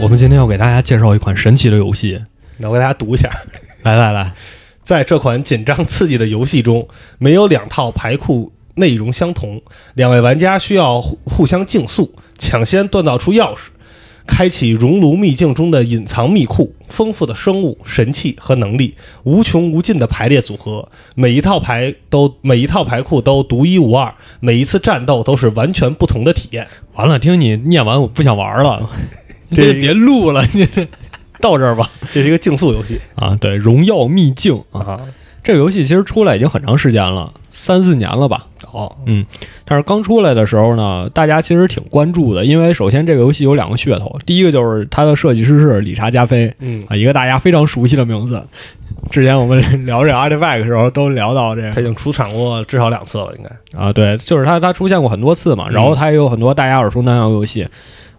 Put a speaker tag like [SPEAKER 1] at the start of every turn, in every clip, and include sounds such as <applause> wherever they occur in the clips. [SPEAKER 1] 我们今天要给大家介绍一款神奇的游戏。
[SPEAKER 2] 那我给大家读一下，
[SPEAKER 1] 来来来，
[SPEAKER 2] 在这款紧张刺激的游戏中，没有两套牌库内容相同，两位玩家需要互互相竞速，抢先锻造出钥匙，开启熔炉秘境中的隐藏密库，丰富的生物、神器和能力，无穷无尽的排列组合，每一套牌都每一套牌库都独一无二，每一次战斗都是完全不同的体验。
[SPEAKER 1] 完了，听你念完，我不想玩了，
[SPEAKER 2] 这
[SPEAKER 1] 这别录了，你这到这儿吧。
[SPEAKER 2] 这是一个竞速游戏
[SPEAKER 1] 啊，对，《荣耀秘境》啊，
[SPEAKER 2] 啊！
[SPEAKER 1] 这个游戏其实出来已经很长时间了，三四年了吧。
[SPEAKER 2] 哦，
[SPEAKER 1] 但是刚出来的时候呢，大家其实挺关注的，因为首先这个游戏有两个噱头，第一个就是它的设计师是理查加菲
[SPEAKER 2] 嗯，
[SPEAKER 1] 啊，一个大家非常熟悉的名字。之前我们聊这 Artifact 的时候，都聊到这个
[SPEAKER 2] 他已经出场过至少两次了，应该。
[SPEAKER 1] 啊，对，就是它它出现过很多次嘛，然
[SPEAKER 2] 嗯
[SPEAKER 1] 后它也有很多大家耳熟能详的游戏，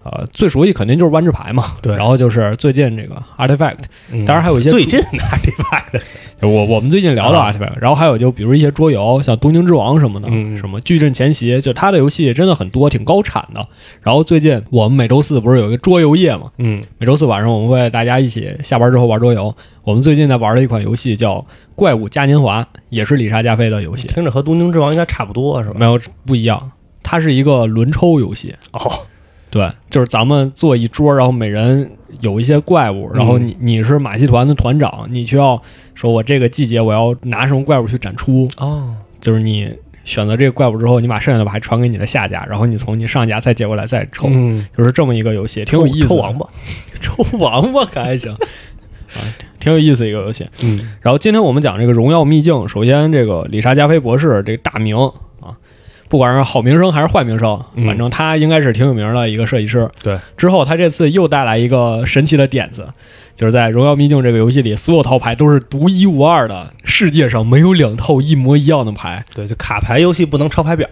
[SPEAKER 1] 呃，最熟悉肯定就是万智牌嘛，
[SPEAKER 2] 对
[SPEAKER 1] 然后就是最近这个 Artifact，
[SPEAKER 2] 嗯
[SPEAKER 1] 当然还有一些
[SPEAKER 2] 最近的 Artifact
[SPEAKER 1] 我我们最近聊到
[SPEAKER 2] 啊
[SPEAKER 1] Artifact，、然后还有就比如一些桌游，像《东京之王》什么的，
[SPEAKER 2] 嗯
[SPEAKER 1] 什么《矩阵前夕》，就它的游戏真的很多，挺高产的。然后最近我们每周四不是有一个桌游夜嘛？
[SPEAKER 2] 嗯
[SPEAKER 1] 每周四晚上我们会大家一起下班之后玩桌游。我们最近在玩的一款游戏叫《怪物嘉年华》，也是李莎加菲的游戏，
[SPEAKER 2] 听着和《东京之王》应该差不多是吧？
[SPEAKER 1] 没有不一样，它是一个轮抽游戏。
[SPEAKER 2] 哦，
[SPEAKER 1] 对，就是咱们坐一桌，然后每人有一些怪物，然后
[SPEAKER 2] 嗯
[SPEAKER 1] 你你是马戏团的团长，你需要说我这个季节我要拿什么怪物去展出，
[SPEAKER 2] 哦，
[SPEAKER 1] 就是你选择这个怪物之后，你把剩下的牌传给你的下家，然后你从你上家再接过来再抽，
[SPEAKER 2] 嗯，
[SPEAKER 1] 就是这么一个游戏，挺有意思的。
[SPEAKER 2] 抽王八，
[SPEAKER 1] <laughs> 抽王八可还行啊，挺有意思一个游戏。
[SPEAKER 2] 嗯
[SPEAKER 1] 然后今天我们讲这个《荣耀秘境》，首先这个理查加菲博士这个大名啊，不管是好名声还是坏名声，
[SPEAKER 2] 嗯
[SPEAKER 1] 反正他应该是挺有名的一个设计师。
[SPEAKER 2] 对，
[SPEAKER 1] 之后他这次又带来一个神奇的点子，就是在《荣耀秘境》这个游戏里，所有套牌都是独一无二的，世界上没有两套一模一样的
[SPEAKER 2] <laughs>
[SPEAKER 1] 牌。
[SPEAKER 2] 对，就卡牌游戏不能抄牌表，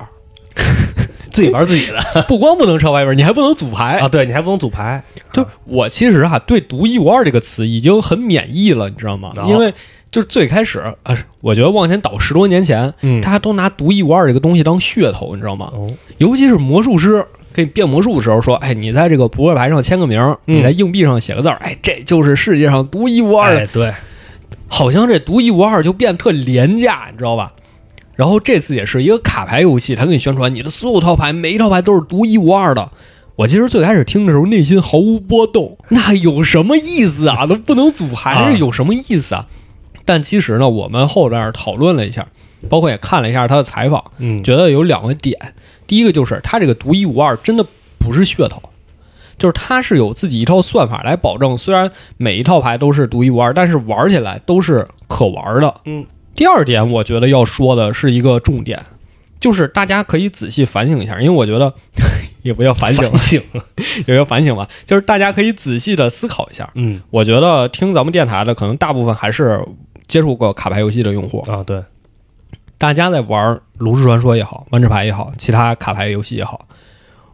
[SPEAKER 2] 自己玩自己的
[SPEAKER 1] 不光不能抄外边，你还不能组牌。
[SPEAKER 2] 啊，对你还不能组牌，
[SPEAKER 1] 就我其实啊，对“独一无二”这个词已经很免疫了，你知道吗？
[SPEAKER 2] 哦
[SPEAKER 1] 因为就是最开始啊，呃我觉得往前倒十多年前，
[SPEAKER 2] 嗯
[SPEAKER 1] 大家都拿“独一无二”这个东西当噱头，你知道吗？
[SPEAKER 2] 哦，
[SPEAKER 1] 尤其是魔术师给你变魔术的时候，说：“哎，你在这个扑克牌上签个名，
[SPEAKER 2] 嗯
[SPEAKER 1] 你在硬币上写个字儿，哎，这就是世界上独一无二的。
[SPEAKER 2] 哎，对，
[SPEAKER 1] 好像这独一无二就变特廉价，你知道吧？然后这次也是一个卡牌游戏，他给你宣传你的所有套牌，每一套牌都是独一无二的。我其实最开始听的时候内心毫无波动，那有什么意思啊？那不能组还
[SPEAKER 2] 嗯啊
[SPEAKER 1] 是有什么意思啊？但其实呢，我们后边讨论了一下，包括也看了一下他的采访，
[SPEAKER 2] 嗯，
[SPEAKER 1] 觉得有两个点，第一个就是它这个独一无二真的不是噱头，就是它是有自己一套算法来保证，虽然每一套牌都是独一无二，但是玩起来都是可玩的。
[SPEAKER 2] 嗯，
[SPEAKER 1] 第二点我觉得要说的是一个重点，就是大家可以仔细反省一下，因为我觉得 <laughs> 也不叫反省，
[SPEAKER 2] 反省，
[SPEAKER 1] 也要反省吧，就是大家可以仔细的思考一下。
[SPEAKER 2] 嗯
[SPEAKER 1] 我觉得听咱们电台的可能大部分还是接触过卡牌游戏的用户，
[SPEAKER 2] 啊，对，
[SPEAKER 1] 大家在玩《炉石传说》也好，《万智牌》也好，其他卡牌游戏也好，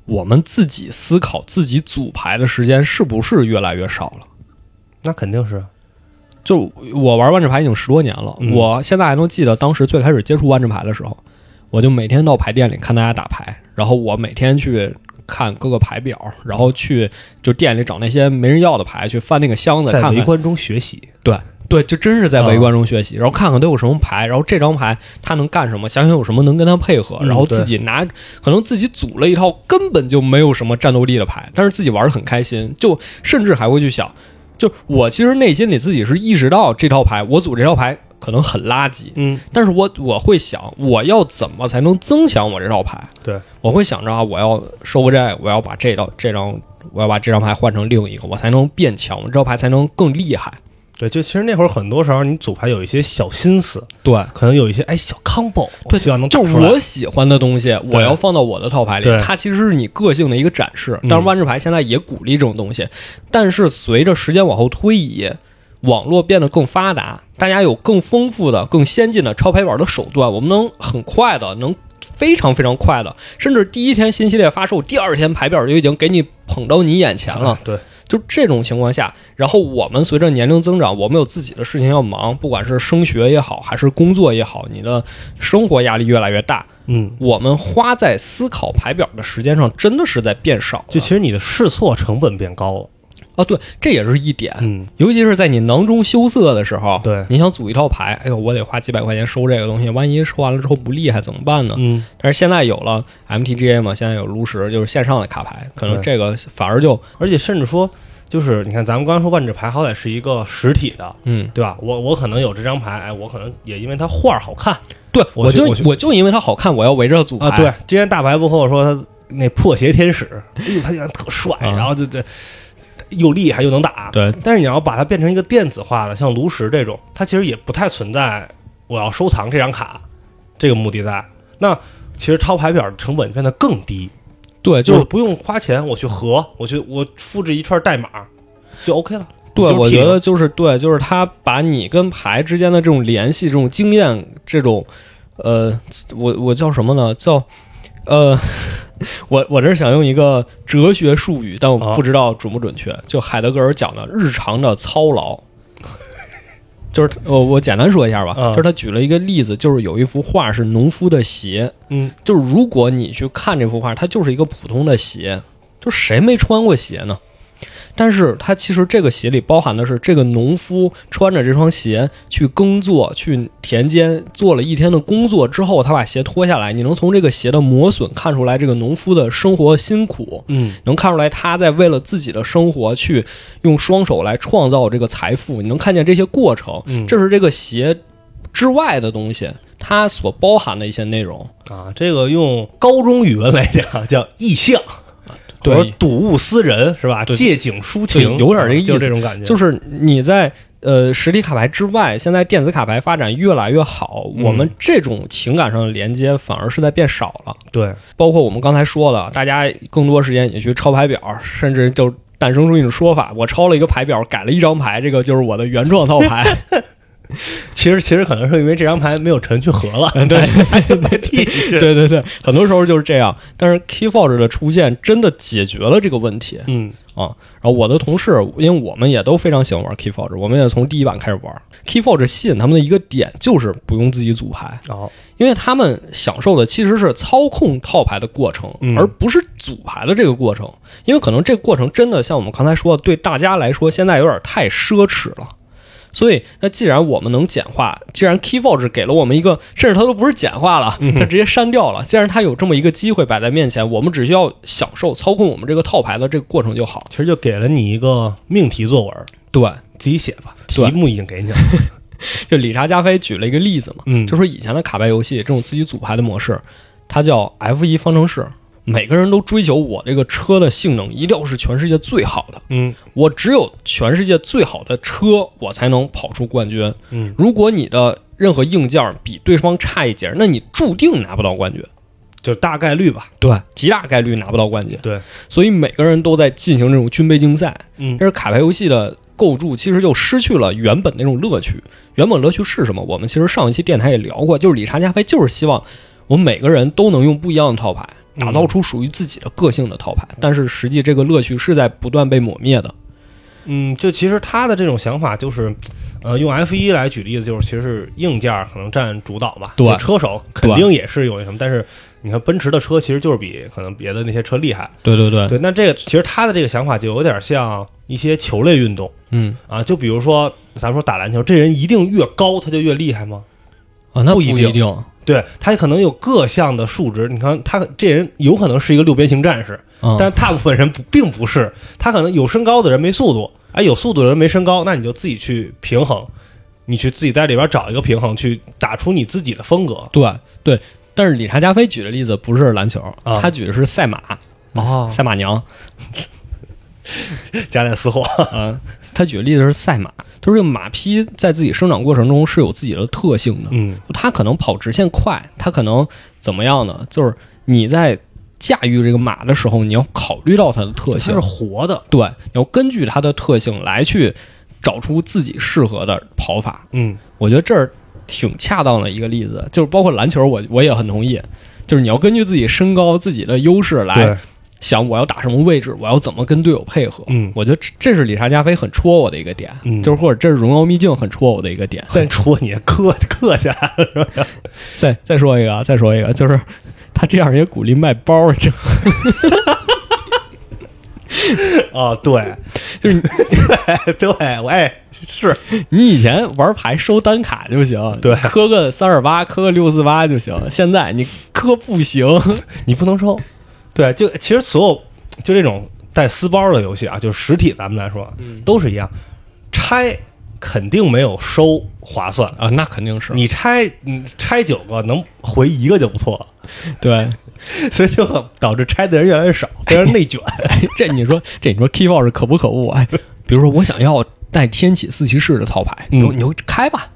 [SPEAKER 1] 我们自己思考自己组牌的时间是不是越来越少了？
[SPEAKER 2] 那肯定是，
[SPEAKER 1] 就我玩万智牌已经十多年了，
[SPEAKER 2] 嗯
[SPEAKER 1] 我现在还能记得当时最开始接触万智牌的时候，我就每天到牌店里看大家打牌，然后我每天去看各个牌表，然后去就店里找那些没人要的牌，去翻那个箱子
[SPEAKER 2] 在
[SPEAKER 1] 看
[SPEAKER 2] 围
[SPEAKER 1] 看。
[SPEAKER 2] 观中学习，
[SPEAKER 1] 对，就真是在
[SPEAKER 2] 啊
[SPEAKER 1] 围观中学习，然后看看都有什么牌，然后这张牌它能干什么，想想有什么能跟它配合，
[SPEAKER 2] 嗯
[SPEAKER 1] 然后自己拿，可能自己组了一套根本就没有什么战斗力的牌，但是自己玩的很开心，就甚至还会去想，就我其实内心里自己是意识到这套牌，我组这套牌可能很垃圾，
[SPEAKER 2] 嗯
[SPEAKER 1] 但是我我会想，我要怎么才能增强我这套牌？
[SPEAKER 2] 对，
[SPEAKER 1] 我会想着啊，我要收个债，我要把这道这张，我要把这张牌换成另一个，我才能变强，我这套牌才能更厉害。
[SPEAKER 2] 对，就其实那会儿很多时候你组牌有一些小心思，
[SPEAKER 1] 对，
[SPEAKER 2] 可能有一些哎小 combo，
[SPEAKER 1] 对
[SPEAKER 2] 希望能打
[SPEAKER 1] 就
[SPEAKER 2] 出来
[SPEAKER 1] 我喜欢的东西，我要放到我的套牌里
[SPEAKER 2] 对。
[SPEAKER 1] 它其实是你个性的一个展示。
[SPEAKER 2] 嗯
[SPEAKER 1] 当然，万智牌现在也鼓励这种东西，但是随着时间往后推移，网络变得更发达，大家有更丰富的、更先进的抄牌板的手段，我们能很快的能。非常非常快的，甚至第一天新系列发售，第二天牌表就已经给你捧到你眼前了
[SPEAKER 2] 啊。，对，
[SPEAKER 1] 就这种情况下，然后我们随着年龄增长，我们有自己的事情要忙，不管是升学也好，还是工作也好，你的生活压力越来越大，
[SPEAKER 2] 嗯。
[SPEAKER 1] 我们花在思考牌表的时间上真的是在变少了。
[SPEAKER 2] 就其实你的试错成本变高了，
[SPEAKER 1] 啊，对，这也是一点。
[SPEAKER 2] 嗯，
[SPEAKER 1] 尤其是在你囊中羞涩的时候，
[SPEAKER 2] 对
[SPEAKER 1] 你想组一套牌，哎呦，我得花几百块钱收这个东西，万一收完了之后不厉害怎么办呢？
[SPEAKER 2] 嗯，
[SPEAKER 1] 但是现在有了 MTGA 嘛，现在有炉石，就是线上的卡牌，可能
[SPEAKER 2] 对
[SPEAKER 1] 这个反而就
[SPEAKER 2] 而且甚至说，就是你看咱们刚刚说万智牌，好歹是一个实体的，
[SPEAKER 1] 嗯，
[SPEAKER 2] 对吧？我我可能有这张牌，哎，我可能也因为它画儿好看
[SPEAKER 1] 对
[SPEAKER 2] 我
[SPEAKER 1] 我
[SPEAKER 2] 去
[SPEAKER 1] 就
[SPEAKER 2] 我去
[SPEAKER 1] 就因为它好看，我要围着它组牌。
[SPEAKER 2] 啊。对，之前大白不和我说他那破鞋天使，哎呦，他长得特帅，
[SPEAKER 1] 嗯
[SPEAKER 2] 然后就这又厉害又能打。
[SPEAKER 1] 对
[SPEAKER 2] 但是你要把它变成一个电子化的，像炉石这种，它其实也不太存在我要收藏这张卡这个目的在。那其实抄牌表的成本变得更低，
[SPEAKER 1] 对，就
[SPEAKER 2] 就是
[SPEAKER 1] 是
[SPEAKER 2] 不用花钱，我去核，我去我复制一串代码就 OK 了。
[SPEAKER 1] 对，
[SPEAKER 2] 就是
[SPEAKER 1] 我
[SPEAKER 2] 替
[SPEAKER 1] 觉得就是对，就是它把你跟牌之间的这种联系、这种经验、这种呃，我我叫什么呢？叫呃，我我这是想用一个哲学术语，但我
[SPEAKER 2] 啊
[SPEAKER 1] 不知道准不准确。就海德格尔讲的日常的操
[SPEAKER 2] <laughs>
[SPEAKER 1] 劳。就是我我简单说一下吧，
[SPEAKER 2] 嗯
[SPEAKER 1] 就是他举了一个例子，就是有一幅画是农夫的鞋，
[SPEAKER 2] 嗯，
[SPEAKER 1] 就是如果你去看这幅画，它就是一个普通的鞋，就谁没穿过鞋呢？但是它其实这个鞋里包含的是这个农夫穿着这双鞋去耕作、去田间做了一天的工作之后，他把鞋脱下来，你能从这个鞋的磨损看出来这个农夫的生活辛苦，
[SPEAKER 2] 嗯，
[SPEAKER 1] 能看出来他在为了自己的生活去用双手来创造这个财富，你能看见这些过程，
[SPEAKER 2] 嗯
[SPEAKER 1] 这是这个鞋之外的东西，它所包含的一些内容。
[SPEAKER 2] 啊，这个用高中语文来讲叫意象，
[SPEAKER 1] 啊对
[SPEAKER 2] 或者睹物思人是吧？
[SPEAKER 1] 对
[SPEAKER 2] 借景抒情，
[SPEAKER 1] 对
[SPEAKER 2] 啊
[SPEAKER 1] 有点这个意思
[SPEAKER 2] 就是这种感觉。
[SPEAKER 1] 就是是你在呃实体卡牌之外，现在电子卡牌发展越来越好，
[SPEAKER 2] 嗯
[SPEAKER 1] 我们这种情感上的连接反而是在变少了。
[SPEAKER 2] 对，
[SPEAKER 1] 包括我们刚才说的，大家更多时间也去抄牌表，甚至就诞生出一种说法：我抄了一个牌表，改了一张牌，这个就是我的原创套牌。
[SPEAKER 2] 其实其实可能是因为这张牌没有陈去合了，对，
[SPEAKER 1] <laughs>
[SPEAKER 2] 没替
[SPEAKER 1] 嗯对对对对，很多时候就是这样。但是 Keyforge 的出现真的解决了这个问题。
[SPEAKER 2] 嗯，
[SPEAKER 1] 啊。然后我的同事，因为我们也都非常喜欢玩 Keyforge，我们也从第一版开始玩 Keyforge，吸引他们的一个点就是不用自己组牌，
[SPEAKER 2] 哦，
[SPEAKER 1] 因为他们享受的其实是操控套牌的过程，
[SPEAKER 2] 嗯
[SPEAKER 1] 而不是组牌的这个过程。因为可能这个过程真的像我们刚才说的，对大家来说现在有点太奢侈了。所以，那既然我们能简化，既然 Keyforge 给了我们一个，甚至它都不是简化了，它直接删掉了。既然它有这么一个机会摆在面前，我们只需要享受操控我们这个套牌的这个过程就好。
[SPEAKER 2] 其实就给了你一个命题作文，
[SPEAKER 1] 对，
[SPEAKER 2] 自己写吧，
[SPEAKER 1] 对
[SPEAKER 2] 题目已经给你了。
[SPEAKER 1] 就理查加菲举了一个例子嘛，
[SPEAKER 2] 嗯
[SPEAKER 1] 就说以前的卡牌游戏这种自己组牌的模式，它叫 F 一方程式，每个人都追求我这个车的性能一定要是全世界最好的，
[SPEAKER 2] 嗯
[SPEAKER 1] 我只有全世界最好的车，我才能跑出冠军。
[SPEAKER 2] 嗯，
[SPEAKER 1] 如果你的任何硬件比对方差一截，那你注定拿不到冠军。
[SPEAKER 2] 就大概率吧。
[SPEAKER 1] 对，极大概率拿不到冠军。
[SPEAKER 2] 对，
[SPEAKER 1] 所以每个人都在进行这种军备竞赛。
[SPEAKER 2] 嗯
[SPEAKER 1] 但是卡牌游戏的构筑其实就失去了原本那种乐趣。原本乐趣是什么？我们其实上一期电台也聊过，就是理查加菲就是希望我们每个人都能用不一样的套牌，打造出属于自己的个性的套牌。但是实际这个乐趣是在不断被抹灭的。
[SPEAKER 2] 嗯，就其实他的这种想法就是，呃，用 F 一来举例子，就是其实是硬件可能占主导吧，
[SPEAKER 1] 对
[SPEAKER 2] 就车手肯定也是有那什么，但是你看奔驰的车其实就是比可能别的那些车厉害。
[SPEAKER 1] 对对对，
[SPEAKER 2] 对，那这个其实他的这个想法就有点像一些球类运动
[SPEAKER 1] 嗯
[SPEAKER 2] 啊，就比如说咱们说打篮球，这人一定越高他就越厉害吗？
[SPEAKER 1] 啊，那
[SPEAKER 2] 不一
[SPEAKER 1] 一
[SPEAKER 2] 定对他可能有各项的数值，你看他这人有可能是一个六边形战士，
[SPEAKER 1] 啊，
[SPEAKER 2] 但大部分人不并不是，他可能有身高的人没速度，哎，有速度的人没身高，那你就自己去平衡，你去自己在里边找一个平衡，去打出你自己的风格
[SPEAKER 1] 对对。但是理查加菲举的例子不是篮球，
[SPEAKER 2] 啊
[SPEAKER 1] 他举的是赛马，
[SPEAKER 2] 哦，
[SPEAKER 1] 赛马娘。
[SPEAKER 2] 夹带私货，
[SPEAKER 1] 啊，他举的例子是赛马，就是这个马匹在自己生长过程中是有自己的特性的，
[SPEAKER 2] 嗯
[SPEAKER 1] 它可能跑直线快，它可能怎么样呢？就是你在驾驭这个马的时候，你要考虑到它的特
[SPEAKER 2] 它
[SPEAKER 1] 性
[SPEAKER 2] 是，活的，
[SPEAKER 1] 对，你要根据它的特性来去找出自己适合的跑法。
[SPEAKER 2] 嗯
[SPEAKER 1] 我觉得这儿挺恰当的一个例子，就是包括篮球我，我也很同意，就是你要根据自己身高、自己的优势来
[SPEAKER 2] 对
[SPEAKER 1] 想我要打什么位置，我要怎么跟队友配合。
[SPEAKER 2] 嗯
[SPEAKER 1] 我觉得这这是理查加菲很戳我的一个点，
[SPEAKER 2] 嗯
[SPEAKER 1] 就是或者这是荣耀秘境很戳我的一个点。
[SPEAKER 2] 再戳你客客气来了是吧？
[SPEAKER 1] 再再说一个啊，再 <laughs> 说一个，就是他这样也鼓励卖包，你知道吗？
[SPEAKER 2] 啊，对，
[SPEAKER 1] 就是
[SPEAKER 2] <laughs> 对对，我哎是
[SPEAKER 1] 你以前玩牌收单卡就行，
[SPEAKER 2] 对
[SPEAKER 1] 磕个三二八，磕个六四八就行。现在你磕不行，
[SPEAKER 2] 你不能抽，对，就其实所有就这种带私包的游戏啊，就是实体咱们来说都是一样，拆肯定没有收划算。
[SPEAKER 1] 啊，那肯定是
[SPEAKER 2] 你拆，你拆九个能回一个就不错了， <laughs>
[SPEAKER 1] 对。
[SPEAKER 2] 所以就很导致拆的人越来越少，非常内卷。
[SPEAKER 1] 哎这你说，这你说 key box 可不可恶 <laughs> 啊？比如说，我想要带天启四骑士的套牌，你
[SPEAKER 2] 嗯
[SPEAKER 1] 说你就开吧。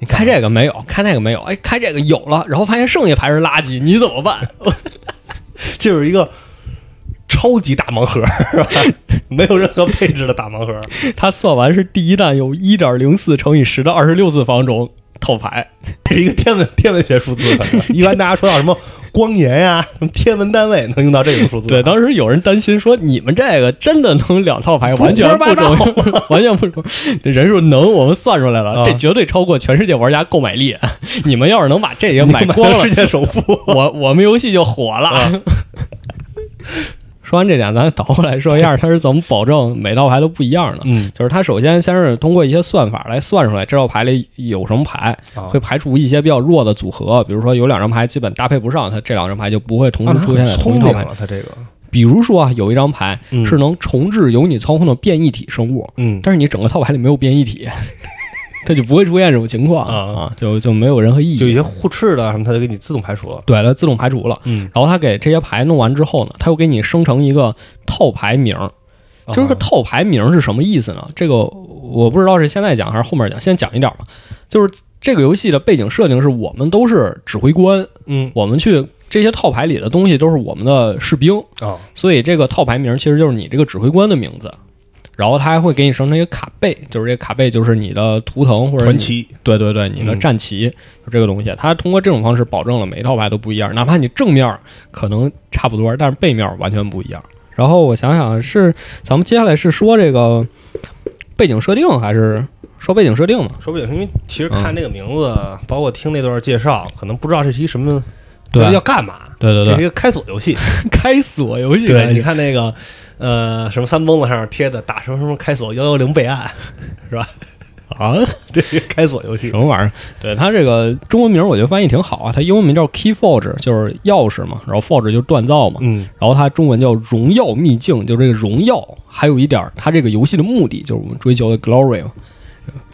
[SPEAKER 1] 你开这个没有，开那个没有，哎，开这个有了，然后发现剩下牌是垃圾，你怎么办？
[SPEAKER 2] 这是一个 <laughs> 超级大盲盒， <laughs> 是吧？没有任何配置的大盲盒。
[SPEAKER 1] 他算完是第一弹有1.04乘以十的二十六次方种套牌，
[SPEAKER 2] 这是一个天文天文学数字， <laughs> 一般大家说到什么光年呀、什么天文单位，能用到这种数字。
[SPEAKER 1] 对，当时有人担心说，你们这个真的能两套牌，
[SPEAKER 2] 胡
[SPEAKER 1] 完全
[SPEAKER 2] 说八
[SPEAKER 1] 不
[SPEAKER 2] 道
[SPEAKER 1] 中用， <laughs> 完全不中用。这人数能，我们算出来了，
[SPEAKER 2] 啊
[SPEAKER 1] 这绝对超过全世界玩家购买力。 <laughs> 你们要是能把这也买光
[SPEAKER 2] <laughs>
[SPEAKER 1] 了
[SPEAKER 2] 世，界啊首富。
[SPEAKER 1] 我我们游戏就火了。 <laughs> 说完这点，咱倒过来说一下，它是怎么保证每道牌都不一样的？
[SPEAKER 2] 嗯，
[SPEAKER 1] 就是它首先先是通过一些算法来算出来这道牌里有什么牌，
[SPEAKER 2] 啊
[SPEAKER 1] 会排除一些比较弱的组合，比如说有两张牌基本搭配不上，它这两张牌就不会同
[SPEAKER 2] 啊
[SPEAKER 1] 时出现在同一套牌。
[SPEAKER 2] 了，他这个，
[SPEAKER 1] 比如说啊，有一张牌
[SPEAKER 2] 嗯
[SPEAKER 1] 是能重置由你操控的变异体生物，
[SPEAKER 2] 嗯，
[SPEAKER 1] 但是你整个套牌里没有变异体， <laughs> 它就不会出现这种情况
[SPEAKER 2] 啊
[SPEAKER 1] 啊，就就没有任何意
[SPEAKER 2] 就
[SPEAKER 1] 义。
[SPEAKER 2] 一些互斥的什么，他就给你自动排除了。
[SPEAKER 1] 对，它自动排除了。
[SPEAKER 2] 嗯，
[SPEAKER 1] 然后他给这些牌弄完之后呢，他又给你生成一个套牌名儿。就是个
[SPEAKER 2] 啊
[SPEAKER 1] 套牌名儿是什么意思呢？这个我不知道是现在讲还是后面讲，先讲一点吧。就是这个游戏的背景设定是我们都是指挥官，
[SPEAKER 2] 嗯
[SPEAKER 1] 我们去这些套牌里的东西都是我们的士兵，
[SPEAKER 2] 啊，
[SPEAKER 1] 所以这个套牌名儿其实就是你这个指挥官的名字。然后他还会给你生成一个卡背，就是这个卡背就是你的图腾或者
[SPEAKER 2] 传
[SPEAKER 1] 你
[SPEAKER 2] 奇
[SPEAKER 1] 对对对，你的
[SPEAKER 2] 嗯
[SPEAKER 1] 战旗、就这个东西，它通过这种方式保证了每一套牌都不一样，哪怕你正面可能差不多，但是背面完全不一样。然后我想想是，咱们接下来是说这个背景设定，还是说背景设定呢？
[SPEAKER 2] 说不定，因为其实看这个名字，包括听那段介绍，可能不知道这是一什么，
[SPEAKER 1] 对
[SPEAKER 2] 要干嘛。
[SPEAKER 1] 对对
[SPEAKER 2] 这是一
[SPEAKER 1] 对，
[SPEAKER 2] 个开锁游戏，
[SPEAKER 1] <laughs> 开锁游戏
[SPEAKER 2] 对，
[SPEAKER 1] 感
[SPEAKER 2] 你
[SPEAKER 1] 觉，
[SPEAKER 2] 看那个，呃，什么三蹦子上贴的打什么什么开锁幺幺零备案，是吧？啊， <laughs> 这是一个开锁游戏
[SPEAKER 1] 什，么玩意儿？对它这个中文名，我觉得翻译挺好啊。它英文名叫 Key Forge，就是钥匙嘛，然后 Forge 就是锻造嘛。
[SPEAKER 2] 嗯，
[SPEAKER 1] 然后它中文叫《荣耀秘境》，就这个荣耀，还有一点儿，它这个游戏的目的就是我们追求的 glory 嘛。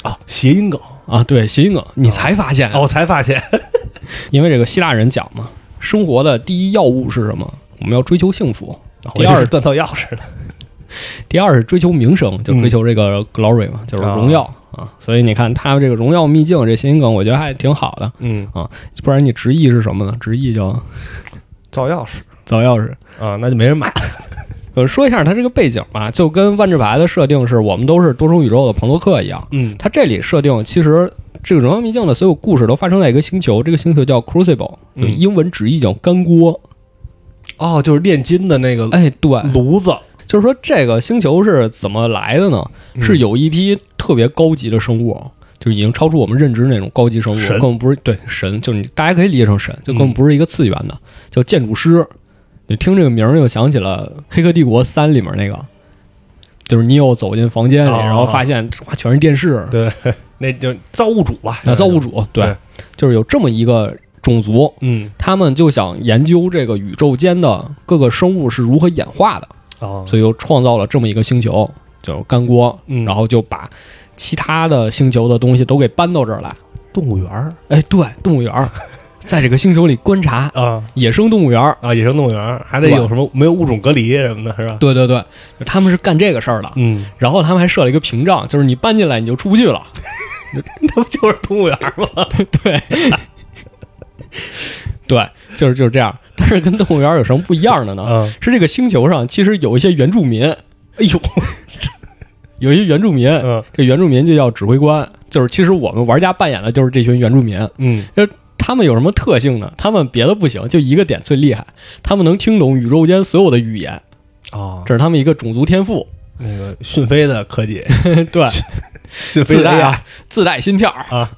[SPEAKER 2] 啊，谐音梗，
[SPEAKER 1] 啊，对，谐音梗，你才发现，
[SPEAKER 2] 哦，我才发现，
[SPEAKER 1] 因为这个希腊人讲嘛，生活的第一要务是什么？我们要追求幸福。第
[SPEAKER 2] 我以为
[SPEAKER 1] 二
[SPEAKER 2] 是，锻造钥匙呢，
[SPEAKER 1] 第二是追求名声，就
[SPEAKER 2] 嗯哦
[SPEAKER 1] 追求这个 glory 嘛，就是荣耀啊。所以你看，他这个荣耀秘境这谐音梗，我觉得还挺好的。
[SPEAKER 2] 嗯，
[SPEAKER 1] 不然你直译是什么呢？直译叫
[SPEAKER 2] 造钥匙
[SPEAKER 1] 造钥匙。
[SPEAKER 2] 啊，那就没人买，
[SPEAKER 1] 呃，说一下它这个背景吧，就跟万智牌的设定是我们都是多重宇宙的朋洛克一样。
[SPEAKER 2] 嗯，
[SPEAKER 1] 它这里设定其实这个《荣耀秘境》的所有故事都发生在一个星球，这个星球叫 Crucible，、
[SPEAKER 2] 嗯
[SPEAKER 1] 就英文直译叫干锅。
[SPEAKER 2] 哦，就是炼金的那个
[SPEAKER 1] 哎，对，
[SPEAKER 2] 炉子，
[SPEAKER 1] 就是说这个星球是怎么来的呢？
[SPEAKER 2] 嗯
[SPEAKER 1] 是有一批特别高级的生物。哦就已经超出我们认知那种高级生物，
[SPEAKER 2] 神嗯
[SPEAKER 1] 根本不是对神，就是你大家可以理解成神，就根本不是一个次元的，叫建筑师。你听这个名儿又想起了《黑客帝国三》里面那个，就是 Neo 走进房间里，
[SPEAKER 2] 哦
[SPEAKER 1] 然后发现哇全是电视，
[SPEAKER 2] 对，嗯那就是造物主吧，
[SPEAKER 1] 那造物，主对
[SPEAKER 2] 对，
[SPEAKER 1] 就是有这么一个种族，
[SPEAKER 2] 嗯，
[SPEAKER 1] 他们就想研究这个宇宙间的各个生物是如何演化的，
[SPEAKER 2] 哦，
[SPEAKER 1] 所以就创造了这么一个星球，就是干锅，
[SPEAKER 2] 嗯
[SPEAKER 1] 然后就把其他的星球的东西都给搬到这儿来。
[SPEAKER 2] 动物园儿
[SPEAKER 1] 哎，对，动物园儿在这个星球里观察
[SPEAKER 2] 啊
[SPEAKER 1] 野生动物园儿，
[SPEAKER 2] 啊，野生动物园儿还得
[SPEAKER 1] 对吧
[SPEAKER 2] 有什么没有物种隔离什么的，是吧？
[SPEAKER 1] 对对对，就他们是干这个事儿的。
[SPEAKER 2] 嗯，
[SPEAKER 1] 然后他们还设了一个屏障，就是你搬进来你就出不去了。
[SPEAKER 2] <laughs> 那不就是动物园儿吗？
[SPEAKER 1] 对，就是就是这样。但是跟动物园儿有什么不一样的呢？
[SPEAKER 2] 啊，
[SPEAKER 1] 是这个星球上其实有一些原住民，
[SPEAKER 2] 哎呦，
[SPEAKER 1] 有一些原住民，
[SPEAKER 2] <laughs> 嗯
[SPEAKER 1] 这原住民就叫指挥官，就是其实我们玩家扮演的就是这群原住民。
[SPEAKER 2] 嗯，
[SPEAKER 1] 他们有什么特性呢？他们别的不行，就一个点最厉害，他们能听懂宇宙间所有的语言，
[SPEAKER 2] 哦，
[SPEAKER 1] 这是他们一个种族天赋。
[SPEAKER 2] 那个讯飞的科 <laughs> 技，
[SPEAKER 1] 对，
[SPEAKER 2] 讯
[SPEAKER 1] 自
[SPEAKER 2] 飞的
[SPEAKER 1] 带
[SPEAKER 2] AI
[SPEAKER 1] 啊，自带芯片儿
[SPEAKER 2] 啊。